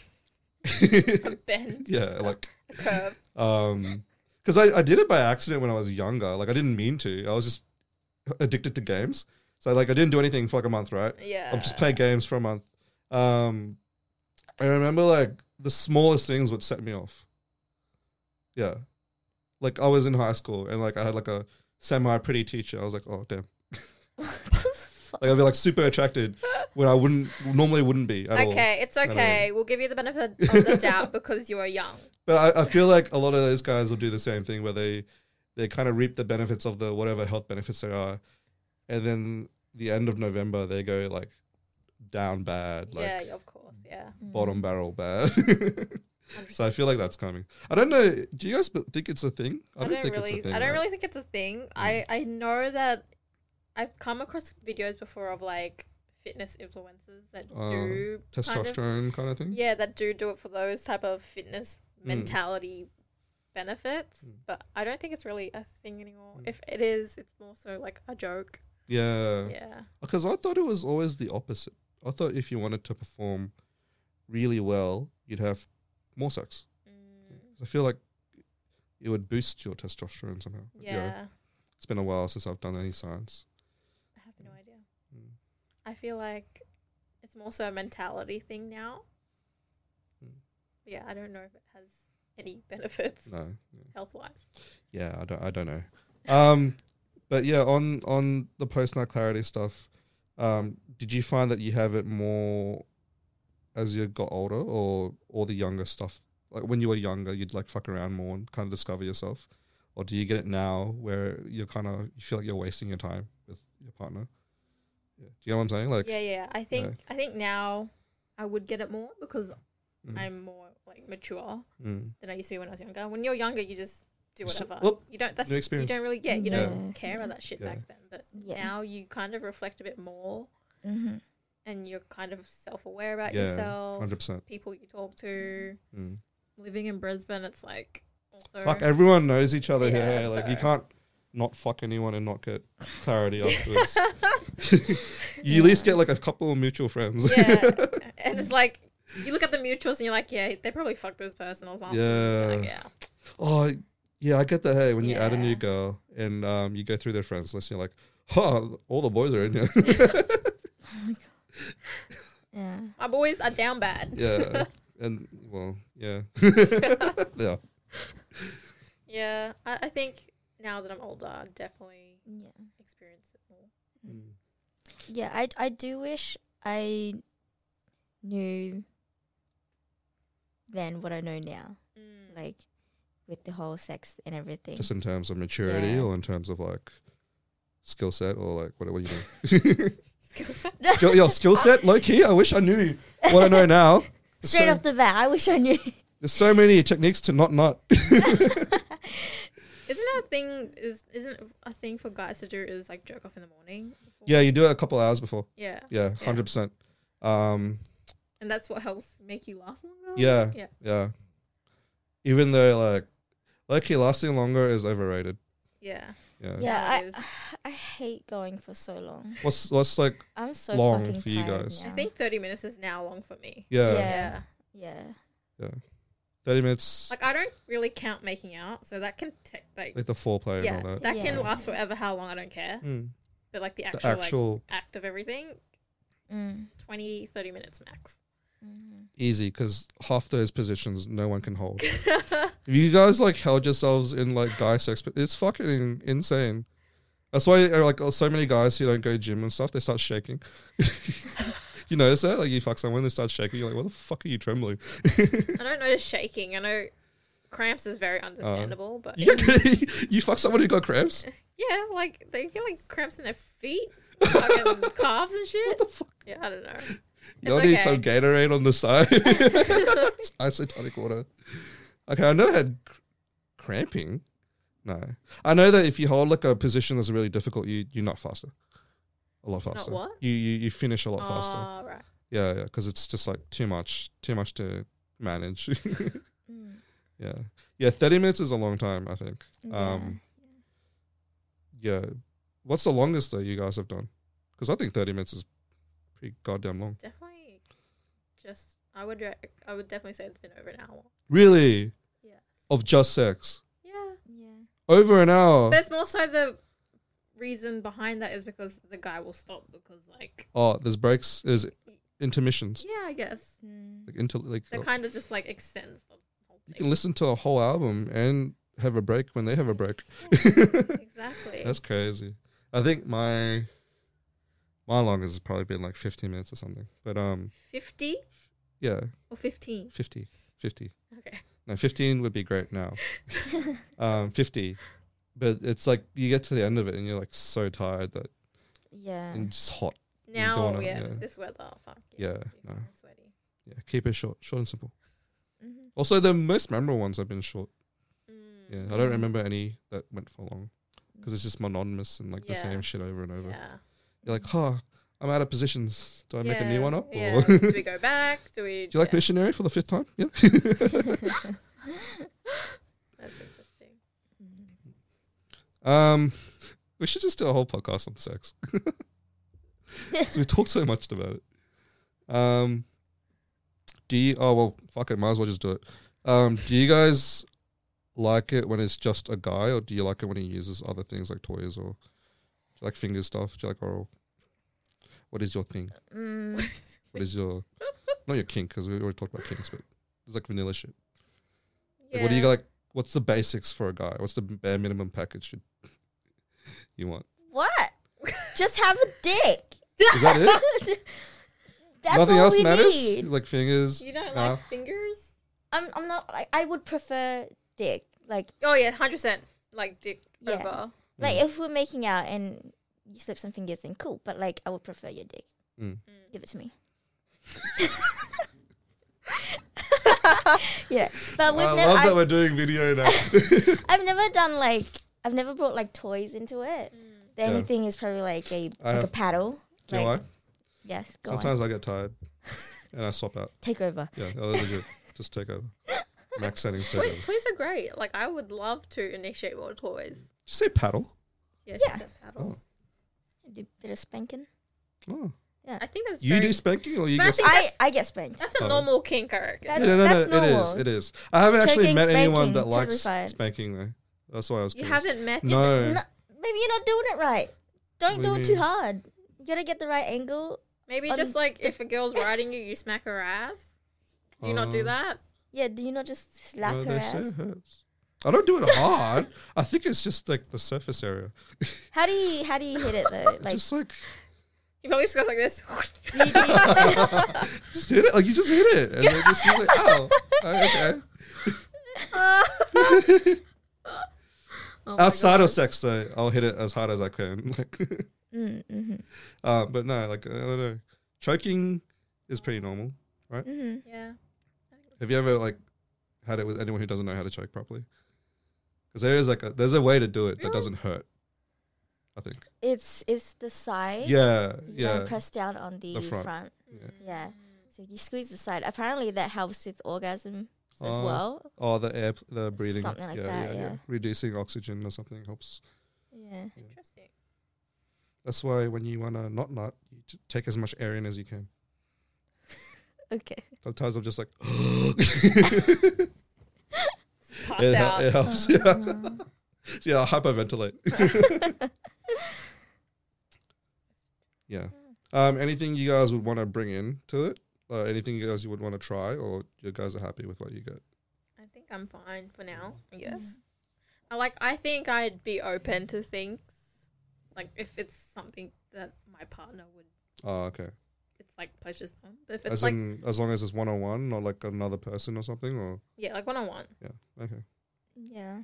S2: A bend,
S1: yeah like
S2: a curve.
S1: um because I, I did it by accident when i was younger like i didn't mean to i was just addicted to games so like i didn't do anything for like a month right
S2: Yeah.
S1: I've just played games for a month. Um, I remember like the smallest things would set me off. Yeah, like I was in high school and like I had like a semi pretty teacher. I was like, oh damn. Like I'd be like super attracted when I wouldn't normally wouldn't be at all.
S2: Okay, it's
S1: all.
S2: okay. We'll give you the benefit of the doubt because you are young.
S1: But I, I feel like a lot of those guys will do the same thing where they they kind of reap the benefits of the whatever health benefits there are, and then the end of November they go like down bad, like
S2: yeah, of course. Yeah. Mm.
S1: bottom barrel bad.
S2: I'm just
S1: so I feel like that's coming. I don't know. Do you guys b- think it's a thing?
S2: I don't, really, I don't
S1: right? Mm.
S2: really think it's a thing. I, I know that I've come across videos before of like fitness influencers that
S1: Uh,
S2: do kind of-
S1: testosterone kind of thing.
S2: yeah, that do do it for those type of fitness
S1: Mm.
S2: mentality benefits.
S1: Mm.
S2: But I don't think it's really a thing anymore. If it is, it's more so like a joke.
S1: Yeah,
S2: Yeah.
S1: because I thought it was always the opposite. I thought if you wanted to perform really well, you'd have more sex.
S2: Mm,
S1: 'Cause I feel like it would boost your testosterone somehow. But,
S2: yeah.
S1: it's been a while since I've done any science.
S2: I have no idea.
S1: Mm.
S2: I feel like it's more so a mentality thing now.
S1: Mm.
S2: Yeah, I don't know if it has any benefits.
S1: No,
S2: health wise.
S1: yeah, I don't, I don't know. Um, but yeah, on on the post night clarity stuff, um, did you find that you have it more as you got older, or or the younger stuff? Like when you were younger, you'd like fuck around more and kind of discover yourself, or do you get it now where you're kind of you feel like you're wasting your time with your partner? Yeah. Do you know what I'm saying? Like,
S2: yeah, yeah. I think I think now I would get it more because
S1: Mm.
S2: I'm more like mature
S1: mm,
S2: than I used to be when I was younger. When you're younger, you just do
S1: You s-
S2: whatever.
S1: whoop,
S2: you don't. That's
S1: new experience.
S2: you don't really get. You
S3: Yeah.
S2: don't care about that shit
S1: Yeah.
S2: back then. But
S3: Yeah.
S2: now you kind of reflect a bit more,
S3: hmm
S2: and you're kind of self aware about
S1: Yeah,
S2: yourself,
S1: hundred percent.
S2: people you talk to.
S1: Mm.
S2: Living in Brisbane, it's like also
S1: Fuck, everyone knows each other
S2: Yeah,
S1: here. Like, you
S2: so-
S1: can't not fuck anyone and not get clarity afterwards. you at least get like a couple of mutual friends.
S2: yeah, and it's like. You look at the mutuals and you're like, yeah, they probably fucked this person or something. You're Like, yeah.
S1: oh, yeah, I get that. Hey, when you add a
S2: Yeah.
S1: new girl and um, you go through their friends list, you're like, oh, all the boys are in here.
S3: Yeah.
S2: My boys are down bad.
S1: yeah. And, well, yeah. yeah.
S2: Yeah, I, I think now that I'm older, I definitely
S3: Yeah.
S2: experience it more.
S1: Mm.
S3: Yeah, I I do wish I knew then what I know now,
S2: Mm.
S3: like with the whole sex and everything.
S1: Just in terms of maturity
S3: Yeah.
S1: or in terms of like skill set or like what, what do you mean? skill,
S3: Straight
S1: your skill set, low key. I wish I knew what I know now. There's so,
S3: off the bat, I wish I knew.
S1: there's so many techniques to not not.
S2: Isn't that a thing? Is isn't a thing for guys to do is like jerk off in the morning? before-
S1: yeah, you do it a couple hours before.
S2: yeah,
S1: Yeah,
S2: Yeah.
S1: hundred percent. Um,
S2: and that's what helps make you last longer.
S1: Yeah.
S2: yeah.
S1: yeah. Even though like, low key, lasting longer is overrated.
S2: Yeah.
S1: Yeah.
S3: yeah,
S2: Nowadays.
S3: I I hate going for so long.
S1: What's what's like?
S3: I'm so
S1: Long
S3: fucking
S1: for you
S3: tired
S1: guys.
S2: I
S3: now.
S2: think 30 minutes is now long for me.
S1: Yeah,
S3: Yeah.
S2: Yeah.
S3: yeah.
S1: thirty minutes, like,
S2: Like, I don't really count making out, so that can take, like,
S1: the foreplay
S2: yeah,
S1: and all
S2: that,
S1: that.
S2: can
S3: Yeah.
S2: last forever how long, I don't care.
S1: Mm.
S2: But, like, the
S1: The
S2: actual, like,
S1: actual
S2: act of everything,
S3: Mm.
S2: 20, 30 minutes max.
S3: Mhm.
S1: easy because half those positions no one can hold. if you guys like held yourselves in like guy sex, it's fucking insane. That's why uh, like so many guys who don't go gym and stuff, they start shaking. you notice that? Like you fuck someone, they start shaking. You're like, what the fuck are you trembling?
S2: I don't notice shaking. I know cramps is very understandable, but
S1: Oh. You, get, you fuck someone who got cramps.
S2: yeah, like, they get, like, cramps in their feet, fucking calves and shit. Yeah, I don't know.
S1: Y'all
S2: It's
S1: need
S2: okay.
S1: some Gatorade on the side. it's isotonic water. Okay, I know I had cr- cramping. No, I know that if you hold like a position that's really difficult, you you're not faster. A lot faster.
S2: what?
S1: You you, you finish a lot faster.
S2: Oh, right.
S1: Yeah, yeah, because it's just like too much, too much to manage.
S3: Mm.
S1: yeah, yeah. Thirty minutes is a long time, I think.
S3: Yeah.
S1: Um, Yeah. What's the longest though you guys have done? Because I think thirty minutes is pretty goddamn long.
S2: Definitely just, I would, re- I would definitely say it's been over an hour.
S1: Really,
S2: Yeah.
S1: of just sex
S2: Yeah.
S3: yeah.
S1: over an hour.
S2: But it's more so the reason behind that is because the guy will stop because like
S1: Oh, there's breaks, there's intermissions,
S2: yeah, I guess
S3: Mm.
S1: like inter, like uh,
S2: that kind of just like extends the whole
S1: Oh. you
S2: thing.
S1: can listen to a whole album and have a break when they have a break.
S2: exactly.
S1: That's crazy. I think my my longest has probably been like 15 minutes or something, but um,
S2: Fifty
S1: yeah,
S2: or fifteen.
S1: 50, 50.
S2: Okay.
S1: No, 15 would be great now. um, 50, but it's like you get to the end of it and you're like so tired that
S3: Yeah.
S1: and just hot.
S2: Now
S1: don't wanna-
S2: yeah,
S1: yeah.
S2: this weather. Fuck
S1: Yeah,
S2: you
S1: no.
S2: feel Sweaty.
S1: Yeah, keep it short, short and simple.
S3: Mhm.
S1: Also, the most memorable ones have been short.
S2: Mm,
S1: Yeah, I don't
S3: Yeah.
S1: remember any that went for long because it's just monotonous and like the
S2: Yeah.
S1: same shit over and over.
S2: Yeah.
S1: You're like, huh, I'm out of positions. Do I make a new one up? Or
S2: Yeah.
S1: Do
S2: Do we go back? Do we?
S1: you like
S2: yeah,
S1: missionary for the fifth time? Yeah.
S2: That's interesting.
S1: Um, we should just do a whole podcast on sex. 'Cause we talked so much about it. Um, do you? Oh well, fuck it. Might as well just do it. Um, do you guys like it when it's just a guy, or do you like it when he uses other things like toys or do you like finger stuff? Do you like oral? What is your thing?
S3: Mm.
S1: What is your not your kink? Because we already talked about kinks, but it's like vanilla shit.
S2: Yeah.
S1: Like, what do you like? What's the basics for a guy? What's the bare minimum package you, you want?
S3: What? Just have a dick.
S1: Is that it?
S3: That's
S1: Nothing
S3: all
S1: else
S3: we
S1: matters.
S3: need.
S1: Like fingers.
S2: You don't
S1: nah.
S2: like fingers?
S3: I'm, I'm not. Like, I would prefer dick. Like,
S2: Oh yeah, hundred percent. Like dick
S3: Yeah.
S2: over.
S1: Hmm.
S3: like if we're making out and you slip some fingers in, cool. But like, I would prefer your dick.
S1: Mm.
S3: Give it to me. yeah, but we've
S1: I
S3: never.
S1: love that
S3: I've,
S1: we're doing video now.
S3: I've never done like. I've never brought like toys into it. The
S1: Yeah.
S2: Mm.
S3: only thing is probably like a
S1: I
S3: like a
S1: have-
S3: paddle.
S1: you know
S3: like,
S1: why?
S3: Yes, go on.
S1: Sometimes I get tired and I swap out.
S3: Take over.
S1: Yeah, oh, that's legit. Just take over. Max settings take over.
S2: Toy,
S1: Did you
S2: toys are great. Like I would love to initiate more toys.
S1: say paddle?
S2: Yeah,
S3: Yeah.
S2: yeah. paddle.
S1: Oh.
S3: Do a bit of spanking.
S1: Oh.
S2: I think that's
S1: You
S2: very,
S1: do spanking or you
S2: But I
S1: get
S2: think
S3: I, I get spanked.
S2: that's a
S1: Oh.
S2: normal kink, I reckon.
S3: That's-
S1: Yeah, no, no,
S3: that's
S1: no, it is.
S3: normal.
S1: It is. I haven't actually
S3: Choking,
S1: met anyone
S3: spanking,
S1: that likes
S3: terrified.
S1: spanking though. That's why I was
S2: you
S1: curious.
S2: haven't met
S1: No.
S3: No, maybe you're not doing it right.
S1: What
S3: Don't
S1: do
S3: do
S1: you
S3: it too
S1: mean?
S3: hard. You gotta get the right angle.
S2: Maybe
S3: on
S2: just like if a girl's riding you, you smack her ass. Do you not do
S1: Um,
S2: that?
S3: Yeah, do you not just slap
S1: Well,
S3: her
S1: they say
S3: ass?
S1: it hurts. I don't do it hard. I think it's just like the surface area.
S3: How do you how do you hit it though? Like
S1: just like
S2: You probably just goes like this.
S3: do
S1: just
S3: you, do you-
S1: hit it. Like you just hit it, and then just you're like oh oh, okay.
S2: Oh my
S1: Outside
S2: God.
S1: of sex, though, I'll hit it as hard as I can. Like,
S3: mm, mhm,
S1: uh, but no, like I don't know. Choking is pretty normal.
S3: mhm.
S2: Yeah.
S1: Have you ever like had it with anyone who doesn't know how to choke properly? Because there is like a there's a way to do it that
S2: Really?
S1: doesn't hurt. I think.
S3: It's it's the side.
S1: Yeah,
S3: You
S1: yeah.
S3: Don't press down on the,
S1: The front.
S3: front.
S2: Mm-hmm.
S3: Yeah. So you squeeze the side. Apparently that helps with orgasm as
S1: Oh.
S3: well.
S1: Or the air, the breathing.
S3: Something like that, yeah.
S1: Reducing oxygen or something helps.
S3: Yeah.
S2: Interesting.
S1: That's why when you want to not nut, you t- take as much air in as you can.
S3: Okay.
S1: Sometimes I'm just like,
S2: Just Pass
S1: it, hel-
S2: out.
S1: it helps.
S3: Oh,
S1: Yeah. yeah, I hyperventilate. yeah. Um, anything you guys would want to bring in to it? Uh, anything you guys you would want to try, or you guys are happy with what you get?
S2: I think I'm fine for now. I guess. I like. I think I'd be open to things, like if it's something that my partner would.
S1: Oh, okay.
S2: It's like pleasures them. But if it's
S1: As
S2: like
S1: in, as long as it's one on one, not like another person or something, or
S2: yeah, like one on one.
S1: yeah, okay,
S3: Yeah.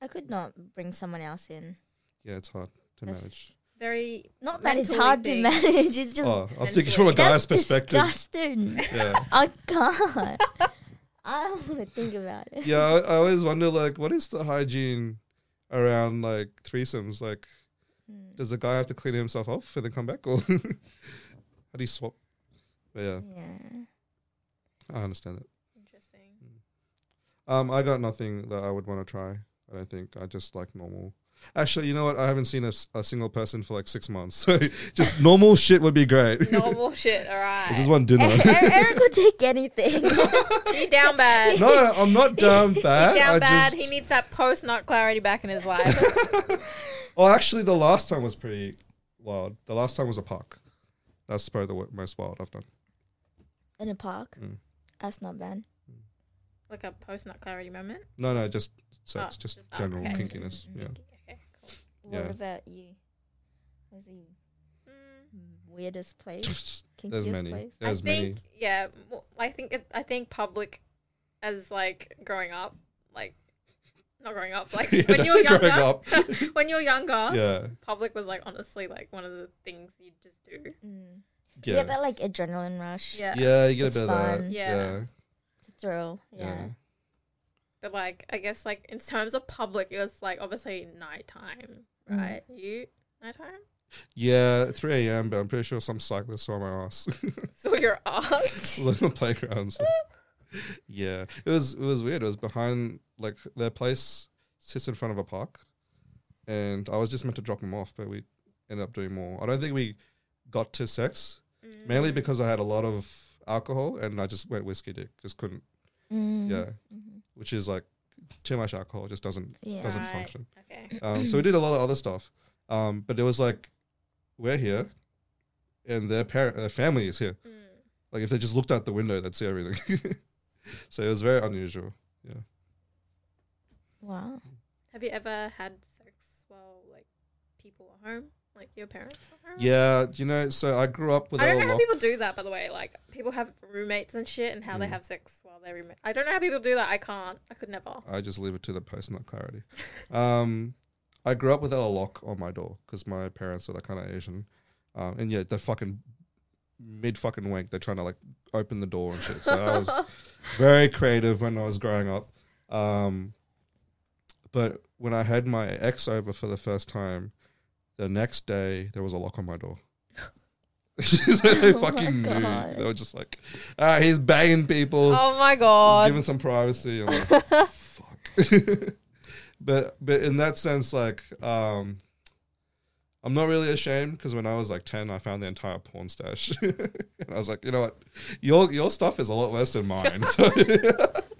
S3: I could not bring someone else in.
S1: yeah, it's hard to
S3: That's-
S1: manage.
S2: Very.
S3: Not that it's
S2: mentally
S3: hard
S2: thing.
S3: to manage. It's just
S1: Oh, I'm
S2: and
S1: thinking
S2: so-
S1: from a
S3: that's
S1: guy's perspective.
S3: disgusting.
S1: Yeah.
S3: I can't. I don't want to think about it.
S1: yeah, I, I always wonder like what is the hygiene around like threesomes? Like,
S3: Mm,
S1: does the guy have to clean himself off and then come back, or how do you swap? But yeah,
S3: Yeah.
S1: I understand it.
S2: Interesting.
S1: Um, I got nothing that I would want to try. I don't think I just like normal. Actually, you know what? I haven't seen a, s- a single person for like six months, so just normal shit would be great.
S2: Normal shit. All
S1: I
S2: right.
S1: just want dinner.
S3: Eric, E-, Eric will take anything.
S2: He down bad.
S1: no, I'm not down bad.
S2: He down
S1: I
S2: bad.
S1: Just,
S2: He needs that post nut clarity back in his life.
S1: Oh, actually, the last time was pretty wild. The last time was a park. That's probably the wo- most wild I've done.
S3: In a park.
S1: Mm.
S3: That's not bad.
S2: like a post nut clarity moment.
S1: No, no, just sex,
S2: Oh,
S1: just
S2: just- oh,
S1: general
S2: okay.
S1: kinkiness. Yeah.
S2: Okay. Cool.
S3: What
S1: Yeah.
S3: about you? Was the
S2: Mm.
S3: weirdest place?
S1: There's
S3: Kinkiest
S1: many.
S3: place?
S1: There's
S2: I
S1: many.
S2: think yeah, mo- I think it, I think public as like growing up, like not growing up, like
S1: Yeah,
S2: when
S1: that's
S2: you were
S1: it,
S2: younger,
S1: growing up.
S2: when you were younger,
S1: yeah,
S2: public was like honestly like one of the things you just do.
S3: Mm. You get
S1: yeah,
S3: that like adrenaline rush.
S2: Yeah.
S1: yeah. You get
S3: It's
S1: a bit of that.
S3: fun.
S1: Yeah.
S2: Yeah.
S3: It's a thrill. Yeah.
S1: yeah.
S2: But like I guess like in terms of public, it was like obviously nighttime,
S3: Mm.
S2: right? You nighttime,
S1: Yeah, 3 a.m., but I'm pretty sure some cyclist saw my ass.
S2: so you're off.
S1: It was on the playground. so- Yeah, it was it was weird. It was behind like their place sits in front of a park, and I was just meant to drop them off, but we ended up doing more. I don't think we got to sex mainly
S3: Mm.
S1: because I had a lot of alcohol and I just went whiskey dick. Just couldn't.
S3: Mm.
S1: Yeah,
S3: Mhm.
S1: which is like too much alcohol just doesn't
S3: Yeah.
S1: doesn't
S2: Right.
S1: function.
S2: okay.
S1: Um, so we did a lot of other stuff, um, but it was like we're here, and their parent, their family is here.
S2: Mm.
S1: Like if they just looked out the window, they'd see everything. so it was very unusual.
S2: Mm.
S3: Wow.
S2: Have you ever had sex while like people are home, like your parents are home?
S1: Yeah, you know. So I grew up with a
S2: I don't know how
S1: lot.
S2: people do that, by the way. Like, people have roommates and shit, and how they
S1: Mm.
S2: have sex while they're roommates. I don't know how people do that. I can't. I could never.
S1: I just leave it to the post, not clarity. Um, I grew up without a lock on my door because my parents are that kind of Asian, um, and yeah, they're fucking mid fucking wank. They're trying to like open the door and shit. So I was
S2: Oh
S1: very creative when I was growing up. Um, but when I had my ex over for the first time, the next day there was a lock on my door. so they
S3: Oh my
S1: fucking knew.
S3: God.
S1: They were just like, all right, he's banging people.
S2: oh my
S1: Just
S2: god.
S1: Give him some privacy. I'm like, fuck. but but in that sense, like, um, I'm not really ashamed because when I was like 10, I found the entire porn stash, and I was like, you know what, your your stuff is a lot worse than mine. so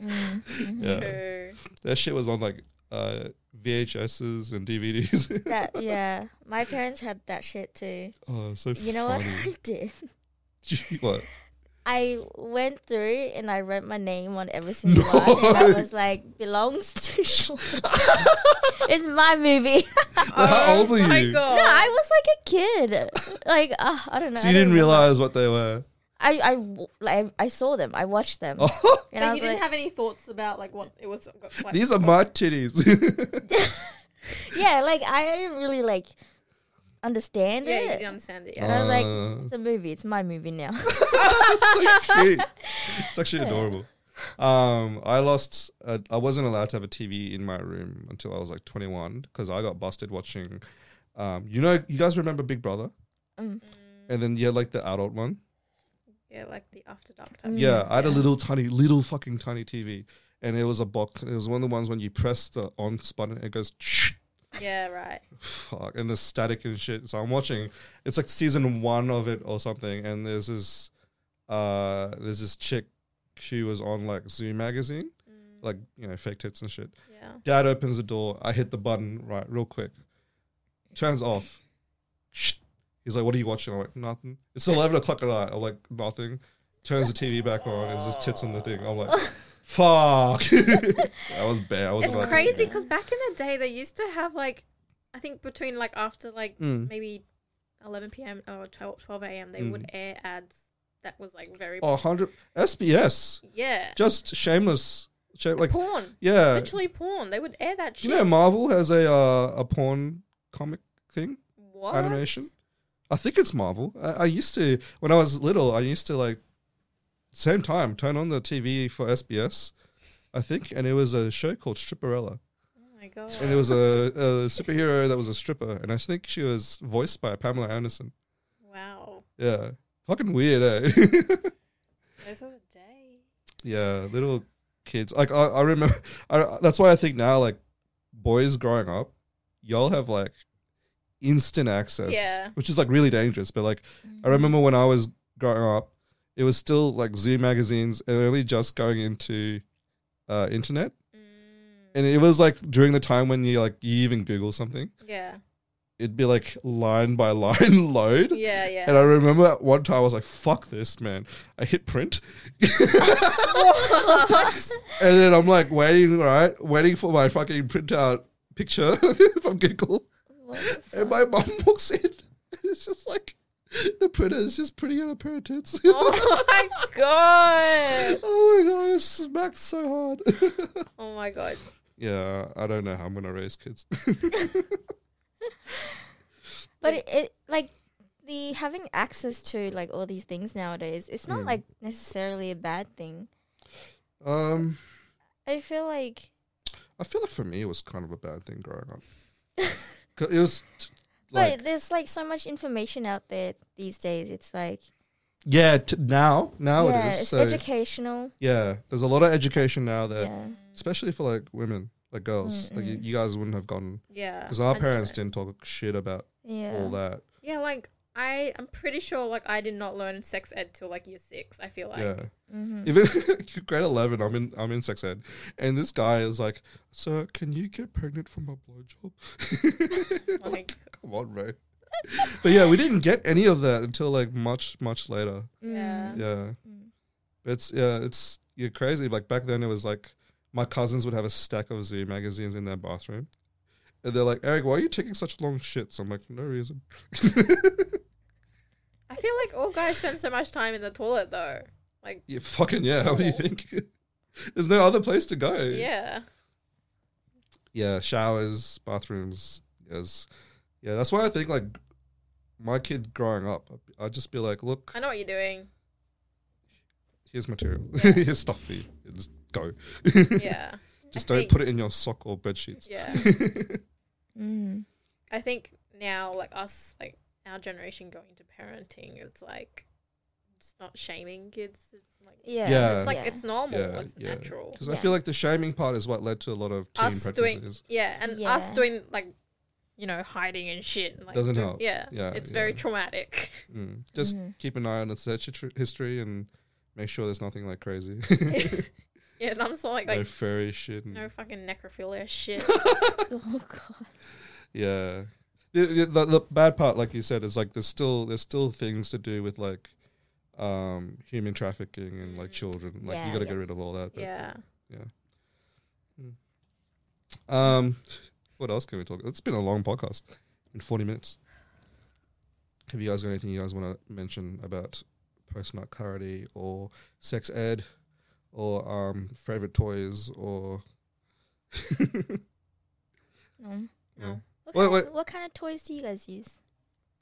S3: Mm. Mhm.
S1: yeah,
S2: True.
S1: that shit was on like uh, VHSs and DVDs.
S3: That yeah. My parents had that shit too.
S1: oh, so
S3: You know what
S1: funny.
S3: I did?
S1: what?
S3: I went through and I wrote my name on every single one, and I
S1: No.
S3: was like, "Belongs to Sean." it's my movie.
S1: How old were
S2: Oh my
S1: you?
S2: God.
S3: No, I was like a kid. Like uh, I don't know.
S1: Oh. So
S3: I
S1: you
S3: don't
S1: didn't
S3: remember.
S1: realize what they were.
S3: I I w- like I saw them. I watched them.
S1: Oh,
S3: And I
S2: But
S3: was
S2: you didn't
S3: like,
S2: have any thoughts about like what it was. Like,
S1: these are my titties.
S3: yeah, like I didn't really like understand
S2: Yeah, you
S3: it.
S2: didn't understand it.
S3: And
S2: Yeah.
S3: I was
S1: Uh.
S3: like, it's a movie. It's my movie now.
S1: so cute. It's actually adorable. Um, I lost. Uh, I wasn't allowed to have a TV in my room until I was like 21 because I got busted watching. Um, you know, you guys remember Big Brother,
S3: Mm.
S1: and then you had like the adult one.
S2: yeah, like the after dark
S3: Mm.
S2: time.
S1: Yeah, I had a little tiny, little fucking tiny TV, and it was a box. It was one of the ones when you press the on button, it goes.
S2: Yeah, right.
S1: fuck, and the static and shit. So I'm watching. It's like season one of it or something, and there's this, uh, there's this chick. She was on like Zoo magazine, like you know fake tits and shit.
S2: Mm, Yeah.
S1: Dad opens the door. I hit the button right real quick. Turns off. He's like, "What are you watching?" I'm like, "Nothing." It's eleven o'clock at night. I'm like, "Nothing." Turns the TV back on. There's just tits on the thing. I'm like, "Fuck!" I was bad. I was
S2: It's
S1: about to-
S2: crazy because back in the day they used to have like, I think between like after like
S1: Mm.
S2: maybe 11 p.m. or 12, 12 a.m. they would air ads that was like very
S1: Oh, 100 SBS.
S2: yeah
S1: just shameless, sha- like
S2: porn
S1: yeah.
S2: literally porn they would air that
S1: Do
S2: shit.
S1: you know Marvel has a uh, a porn comic thing
S2: what?
S1: animation? I think it's Marvel. I, I used to when I was little. I used to like same time turn on the TV for SBS. I think, and it was a show called Stripperella,
S2: Oh my god.
S1: and there was a, a superhero that was a stripper, and I think she was voiced by Pamela Anderson.
S2: Wow.
S1: Yeah, fucking weird, eh?
S2: Those were the day.
S1: yeah, little kids. Like I, I remember. I, that's why I think now, like boys growing up, y'all have like instant access,
S2: Yeah.
S1: which is like really dangerous. But like, I remember when I was growing up, it was still like zoo magazines and only just going into uh, internet,
S2: Mm,
S1: and it was like during the time when you like you even Google something,
S2: yeah.
S1: it'd be like line by line load.
S2: Yeah. Yeah.
S1: And I remember at one time I was like, "Fuck this, man!" I hit print.
S2: What?
S1: And then I'm like waiting, right? Waiting for my fucking printout picture from Google.
S3: What the
S1: And my
S3: fuck?
S1: mum walks in. And it's just like, the printer is just printing out a pair of tits.
S2: oh my god.
S1: oh my god, I smacked so hard.
S2: Oh my god.
S1: yeah, I don't know how I'm going to raise kids.
S3: But it, it like the having access to like all these things nowadays. It's not
S1: Mm.
S3: like necessarily a bad thing.
S1: um,
S3: I feel like
S1: I feel like for me, it was kind of a bad thing growing up. 'Cause it was t- like,
S3: But there's like so much information out there these days. It's like
S1: yeah, t- now, now
S3: yeah,
S1: it is.
S3: it's
S1: so, uh,
S3: educational.
S1: yeah, there's a lot of education now that,
S3: Yeah. Mm,
S1: especially for like women, like girls, like you, you guys wouldn't have gotten
S2: Yeah.
S1: Because our
S2: 100%.
S1: parents didn't talk shit about all
S3: Yeah.
S1: that.
S2: Yeah, like I, I'm pretty sure like I did not learn sex ed till like year six. I feel like.
S1: yeah.
S3: Mm-hmm.
S1: Even grade eleven, I'm in I'm in sex ed, and this guy is like, "Sir, can you get pregnant from a blowjob?"
S2: Oh my g-
S1: Come on, bro. but yeah, we didn't get any of that until like much much later.
S3: Mm-hmm.
S2: Yeah.
S1: Yeah,
S3: Mm.
S1: it's yeah, it's you're crazy. Like back then, it was like my cousins would have a stack of Zoo magazines in their bathroom. And they're like, Eric, why are you taking such long shits? I'm like, no reason.
S2: I feel like all guys spend so much time in the toilet though. Like,
S1: Yeah, fucking yeah. What do you think? There's no other place to go.
S2: yeah,
S1: yeah, showers, bathrooms, yes, yeah. That's why I think like my kid growing up, I'd just be like, look,
S2: I know what you're doing.
S1: here's material,
S2: Yeah.
S1: here's stuff for you. Just go.
S2: Yeah,
S1: just
S2: I
S1: don't
S2: think-
S1: put it in your sock or bed sheets.
S2: yeah.
S3: Mm.
S2: I think now, like us, like our generation going to parenting, it's like it's not shaming kids. it's, Like,
S3: Yeah.
S1: Yeah.
S2: it's like
S3: yeah.
S2: it's normal.
S1: Yeah,
S2: it's
S1: yeah.
S2: natural.
S1: Because I feel like the shaming part is what led to a lot of teen
S2: Us doing,
S1: pregnancies.
S2: yeah, and us
S3: Yeah.
S2: doing like, you know, hiding and shit. and, Like,
S1: Doesn't
S2: do-
S1: help.
S2: Yeah,
S1: Yeah,
S2: it's
S1: yeah.
S2: very traumatic.
S1: Mm. Just
S3: Mhm.
S1: keep an eye on its search history- history and make sure there's nothing like crazy,
S2: yeah, and I'm so like,
S1: no
S2: like
S1: furry shit. and-
S2: no fucking necrophilia shit.
S3: Oh god.
S1: Yeah. The, the, the- the bad part, like you said, is like there's still there's still things to do with like um, human trafficking and like
S2: Mm.
S1: children. Like
S3: Yeah.
S1: you got to
S2: Yeah.
S1: get rid of all that. but-
S2: Yeah.
S1: Um, what else can we talk? It's been a long podcast, in forty minutes. Have you guys got anything you guys want to mention about post nut clarity or sex ed, or um, favorite toys or?
S3: No.
S2: No.
S3: What,
S1: Wait,
S3: kind
S1: wait.
S3: Of, what kind of toys do you guys use?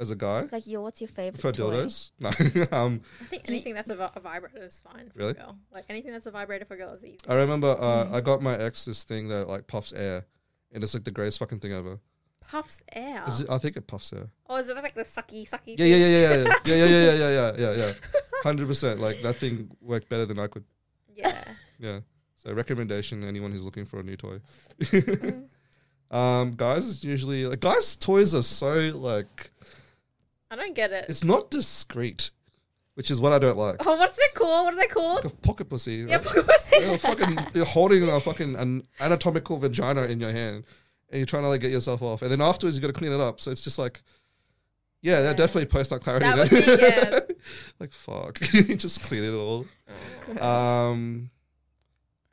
S1: As a guy,
S3: Like, your what's your favorite
S1: for
S3: toy?
S1: dildos, no. um,
S2: I think
S3: Do you-
S2: anything that's a, vi- a vibrator is fine for
S1: Really?
S2: a girl. Like anything that's a vibrator for a girl is easy.
S1: I remember uh,
S3: Mm.
S1: I got my ex this thing that like puffs air, and it's like the greatest fucking thing ever.
S2: Puffs air.
S1: Is it, I think it puffs air.
S2: or Oh, is it like the sucky sucky?
S1: Yeah, yeah, yeah, yeah, yeah, yeah, yeah, yeah, yeah, yeah, yeah, yeah. Hundred percent. Like that thing worked better than I could.
S2: yeah.
S1: Yeah. So recommendation anyone who's looking for a new toy.
S3: Mm.
S1: um, guys is usually like guys' toys are so like
S2: I don't get it.
S1: it's not discreet, which is what I don't like.
S2: oh, what's it called? What are they
S1: Like
S2: called?
S1: a pocket pussy.
S2: Yeah,
S1: Right?
S2: what's
S1: You're
S2: it?
S1: fucking you're holding a fucking an anatomical vagina in your hand, and you're trying to like get yourself off, and then afterwards you got to clean it up. So it's just like, yeah, that
S2: Yeah.
S1: definitely post not clarity.
S2: That would
S1: then.
S2: be- yeah.
S1: like fuck, just clean it all.
S2: Oh.
S1: Um,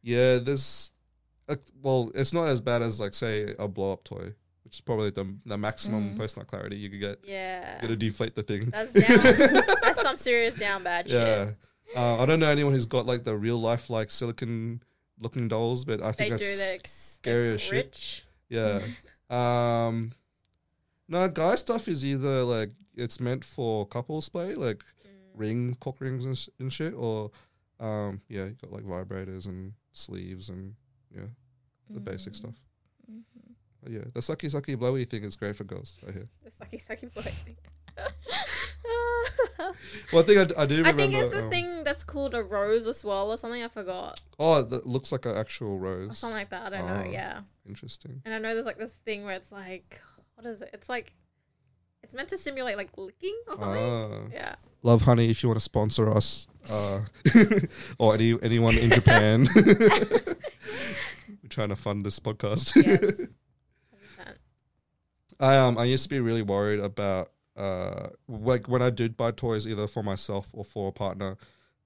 S1: yeah, there's, uh, well, it's not as bad as like say a blow up toy, which is probably the the maximum
S3: Mm.
S1: post not clarity you could get.
S2: yeah.
S1: You gotta deflate the thing.
S2: That's down. that's some serious down bad shit.
S1: Yeah. Uh, I don't know anyone who's got like the real life like silicon looking dolls, but I
S2: They
S1: think
S2: do.
S1: that's
S2: They're, ex-
S1: scary
S2: they're
S1: as shit.
S2: rich.
S1: yeah. um, no, guy stuff is either like it's meant for couples play, like
S2: Mm.
S1: ring cock rings and, sh- and shit, or um, yeah, you got like vibrators and sleeves and yeah, the basic
S3: Mm.
S1: stuff.
S3: Mhm.
S1: But yeah, the sucky sucky blowy thing is great for girls. I hear.
S2: The sucky sucky boy.
S1: Well, I think I, d- I do
S2: I
S1: remember.
S2: think it's the
S1: um,
S2: thing that's called a rose as well, or something. I forgot,
S1: Oh, that looks like an actual
S2: or
S1: rose.
S2: something like that. I don't
S1: Oh.
S2: know. Yeah,
S1: Interesting.
S2: and I know there's like this thing where it's like, what is it? It's like, it's meant to simulate like licking or something.
S1: Ah.
S2: Yeah,
S1: Love Honey, if you want to sponsor us, uh, or any anyone in Japan, we're trying to fund this podcast.
S2: yes, 100%.
S1: I um I used to be really worried about uh like when I did buy toys either for myself or for a partner,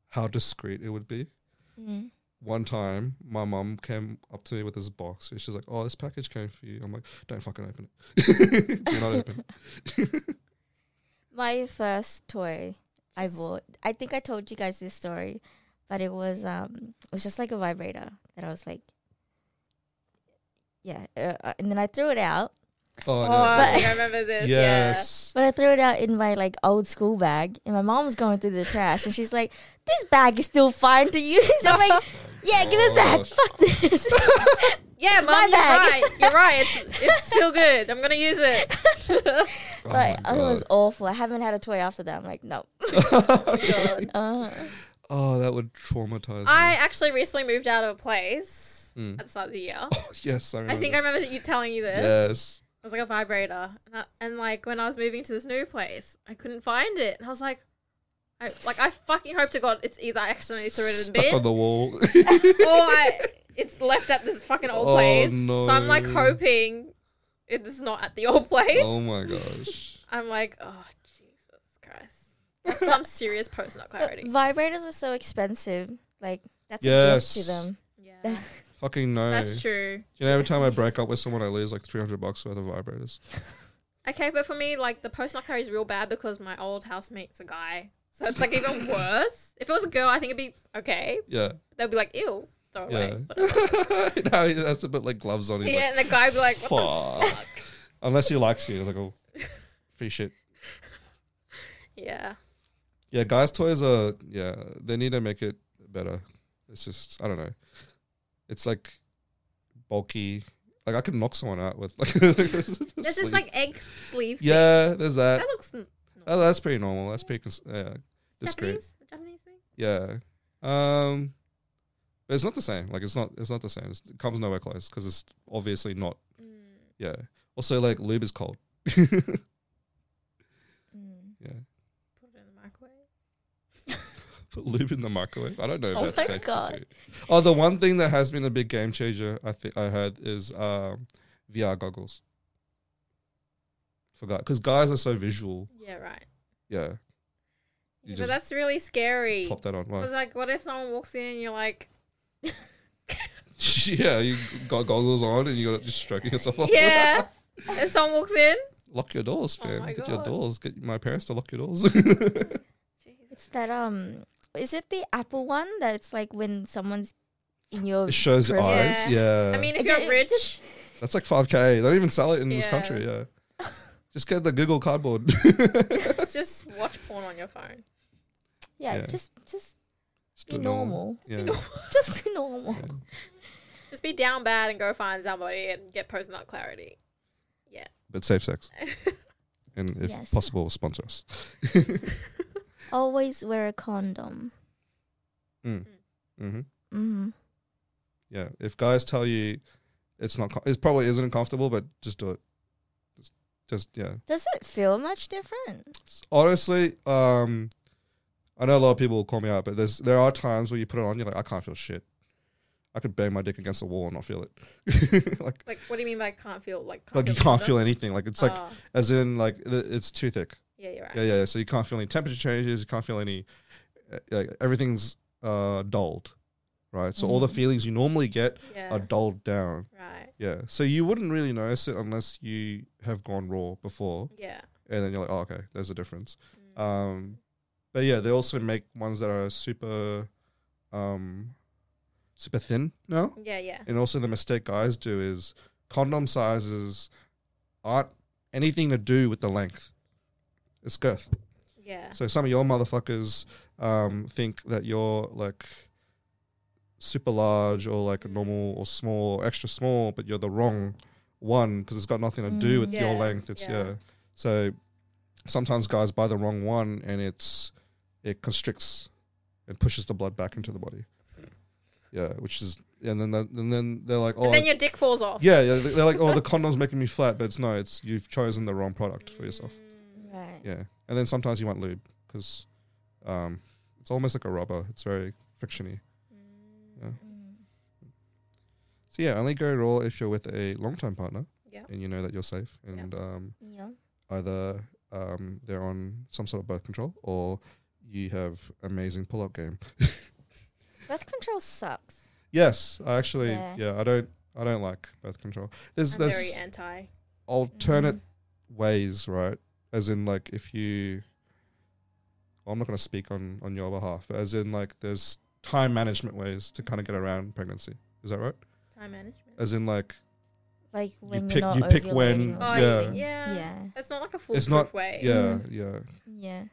S1: how discreet it would be.
S3: Mm.
S1: One time, my mom came up to me with this box, and she's like, "Oh, this package came for you." I'm like, "Don't fucking open it. Do not open." it."
S3: My first toy I
S2: Just-
S3: bought. I think I told you guys this story, but it was um, it was just like a vibrator that I was like, yeah, uh, uh, and then I threw it out.
S1: oh,
S2: Oh,
S1: no.
S2: I think I remember this.
S1: yes.
S3: But I threw it out in my like old school bag, and my mom was going through the trash, and she's like, "This bag is still fine to use." I'm like,
S1: Oh,
S3: "Yeah, give it back.
S1: Gosh.
S3: Fuck this."
S2: Yeah, yeah,
S3: It's
S2: mum,
S3: my
S2: you're
S3: bag.
S2: right. You're right. It's, it's still good. I'm gonna use it.
S1: Oh my
S3: like, it was
S1: God.
S3: awful. I haven't had a toy after that. I'm like, no. Uh,
S1: Oh, that would traumatize
S2: I
S1: me.
S2: actually recently moved out of a place
S1: Mm.
S2: at the start of the year.
S1: Oh, yes, I remember.
S2: I think I
S1: this.
S2: remember you telling you this.
S1: Yes.
S2: It was like a vibrator, and, I, and like when I was moving to this new place, I couldn't find it, and I was like, I like I fucking hope to God it's either I accidentally threw it in the
S1: Stuck on
S2: bin,
S1: the wall.
S2: or I, it's left at this fucking old
S1: Oh,
S2: place. So I'm like
S1: no.
S2: hoping it's not at the old place.
S1: oh my gosh.
S2: I'm like, oh Jesus Christ, that's some serious post not
S3: but
S2: clarity.
S3: vibrators are so expensive. Like that's a
S1: Yes.
S3: gift to them.
S2: Yeah,
S1: Fucking no.
S2: that's true.
S1: You know, every time I break up with someone, I lose like 300 bucks worth of vibrators.
S2: Okay, but for me, like the post nut carry is real bad because my old housemate's a guy, so it's like even worse. If it was a girl, I think it'd be okay.
S1: Yeah.
S2: They'd be like, "Ew, throw it
S1: Yeah.
S2: away." whatever.
S1: now he has to put like gloves on. He's
S2: yeah, and the guy would be like,
S1: like,
S2: "What the
S1: fuck. Unless he likes you. It's like, oh, free shit.
S2: the-" Yeah,
S1: Yeah, guys' toys are, yeah, they need to make it better. It's just, I don't know. It's like bulky. Like, I could knock someone out with like.
S2: there's this like egg sleeve. thing.
S1: Yeah, there's that.
S2: that looks n-
S1: Oh, that's pretty normal. That's pretty cons- yeah, discreet.
S2: Japanese. A Japanese thing.
S1: Yeah. Um, but it's not the same. Like it's not. It's not the same. It's, it comes nowhere close because it's obviously not.
S2: Mm.
S1: Yeah. Also, like lube is cold.
S3: Mm.
S1: yeah.
S2: Put it in the microwave.
S1: Put lube in the microwave. I don't know if
S3: Oh
S1: that's
S3: my
S1: safe to
S3: God.
S1: do. Oh, the one thing that has been a big game changer, I think I heard, is um, VR goggles. Forgot because guys are so visual.
S2: Yeah, right.
S1: Yeah. You
S2: but
S1: just
S2: that's really scary.
S1: pop that on.
S2: Because
S1: Why?
S2: like, what if someone walks in and you're like,
S1: yeah, you got goggles on and you got just stroking yourself off.
S2: yeah, and someone walks in?
S1: lock your doors,
S2: Oh
S1: fam.
S2: my
S1: Get your
S2: God.
S1: doors. Get my parents to lock your doors.
S3: It's that um, is it the Apple one that's like when someone's in your
S1: it shows your
S3: Prison.
S1: eyes. Yeah.
S2: I mean, if
S3: It
S2: you're
S3: did-
S2: rich,
S1: that's like 5K. They don't even sell it in this
S2: Yeah.
S1: country. Yeah. Just get the Google cardboard.
S2: just watch porn on your phone.
S3: yeah,
S1: Yeah.
S3: just just
S1: Just
S3: be
S1: do it
S3: normal,
S1: Yeah.
S3: just be normal.
S2: Just be down bad and go find somebody and get post nut clarity.
S1: But safe sex. And if
S3: Yes.
S1: possible, sponsor us.
S3: Always wear a condom.
S1: Mm. hmm
S3: Mm.
S1: Yeah. If guys tell you it's not, com- it probably isn't comfortable, but just do it. Just, just yeah.
S3: Does it feel much different?
S1: Honestly, um, I know a lot of people will call me out, but there's there are times where you put it on, you're like, I can't feel shit. I could bang my dick against the wall and not feel it. like,
S2: Like, what do you mean by can't feel like
S1: like you can't
S2: the-
S1: feel anything. Like it's like
S2: Oh,
S1: as in like th- it's too thick.
S2: yeah, you're right.
S1: Yeah, yeah, yeah. So you can't feel any temperature changes. You can't feel any. uh, Like everything's uh, dulled, right? So all the
S3: Mhm.
S1: feelings you normally get
S2: Mm. Yeah,
S1: are dulled down.
S2: right.
S1: Yeah. So you wouldn't really notice it unless you have gone raw before,
S2: Yeah.
S1: and then you're like, oh, okay, there's a difference.
S2: Mm.
S1: Um, but yeah, they also make ones that are super, um, super thin now.
S2: yeah, yeah.
S1: And also, the mistake guys do is condom sizes aren't anything to do with the length. It's girth.
S2: Yeah.
S1: So some of your motherfuckers um, think that you're like super large or like normal or small, extra small, but you're the wrong one because it's got nothing to do
S3: Mm.
S1: with
S2: Yeah,
S1: your length. It's yeah.
S2: yeah.
S1: So sometimes guys buy the wrong one and it's it constricts and pushes the blood back into the body. Yeah, which is and then the, and then they're like, oh,
S2: and then
S1: I-
S2: your dick falls off.
S1: yeah, yeah, they're like, oh, the condom's making me flat, but it's no, it's you've chosen the wrong product for yourself.
S2: Mm.
S3: Right.
S1: Yeah, and then sometimes you want lube because um, it's almost like a rubber. It's very frictiony. Yeah.
S3: Mm.
S1: So yeah, only go raw if you're with a long-time partner
S2: Yeah.
S1: and you know that you're safe, and um,
S3: Yeah.
S1: either um, they're on some sort of birth control or you have amazing pull-up game.
S3: Birth control sucks.
S1: Yes, I actually, yeah,
S3: Yeah.
S1: I don't, I don't like birth control. There's
S2: I'm very
S1: there's
S2: anti.
S3: Mm.
S1: alternate ways, right? As in, like, if you, well, I'm not going to speak on on your behalf, but as in, like, there's time management ways to kind of get around pregnancy. Is that right?
S2: Time management.
S1: As in, like,
S3: Like when
S1: pick-
S3: you are
S1: you
S3: not
S1: pick
S3: ovulating
S1: when-
S3: or
S2: Oh,
S1: yeah.
S2: yeah.
S3: something.
S2: yeah.
S3: Yeah.
S2: It's not like a foolproof
S1: It's not-
S2: way.
S1: yeah,
S3: Mhm.
S1: yeah,
S3: Yeah.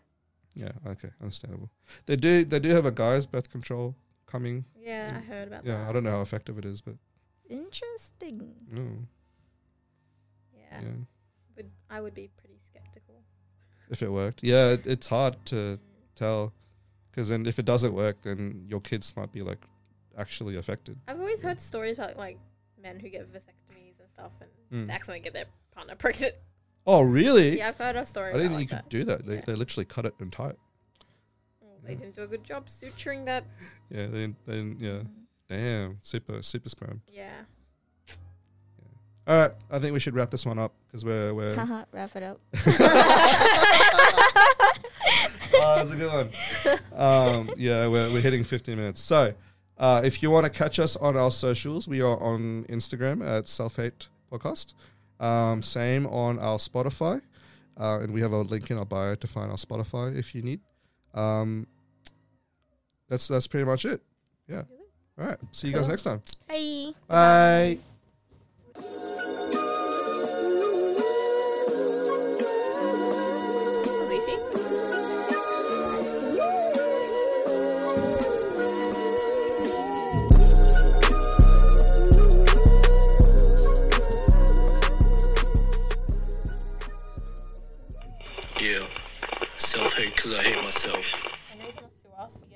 S1: yeah. Okay, understandable. They do they do have a guy's birth control coming.
S2: Yeah, I heard about
S1: Yeah, I
S2: that.
S1: don't know how effective it is, but
S3: Interesting.
S1: mm,
S2: Yeah.
S1: yeah.
S2: Would, I would be pretty skeptical.
S1: if it worked, yeah, it, it's hard to tell because then if it doesn't work, then your kids might be like actually affected.
S2: I've always heard stories about like men who get vasectomies and stuff and
S1: Mm.
S2: they accidentally get their partner pregnant.
S1: Oh, really?
S2: Yeah, I've heard a story.
S1: I didn't
S2: about
S1: think you
S2: like
S1: could do that. They,
S2: Yeah.
S1: they literally cut it and tie it.
S2: that. Well, they didn't do a good job suturing that.
S1: Yeah, they, didn't- they didn't- yeah.
S3: Mm.
S1: Damn, super super sperm.
S2: Yeah.
S1: All right, I think we should wrap this one up because we're we're. Ah,
S3: Haha, Wrap it up.
S1: that's Ah, a good one. Um, yeah, we're we're hitting 15 minutes. So, uh, if you want to catch us on our socials, we are on Instagram at Self Hate Podcast. Um, same on our Spotify, uh, and we have a link in our bio to find our Spotify if you need. Um, that's that's pretty much it. Yeah. All right. See you guys next time.
S3: Bye.
S1: Bye.
S2: That was easy.
S4: Yeah. Self hate because I hate myself.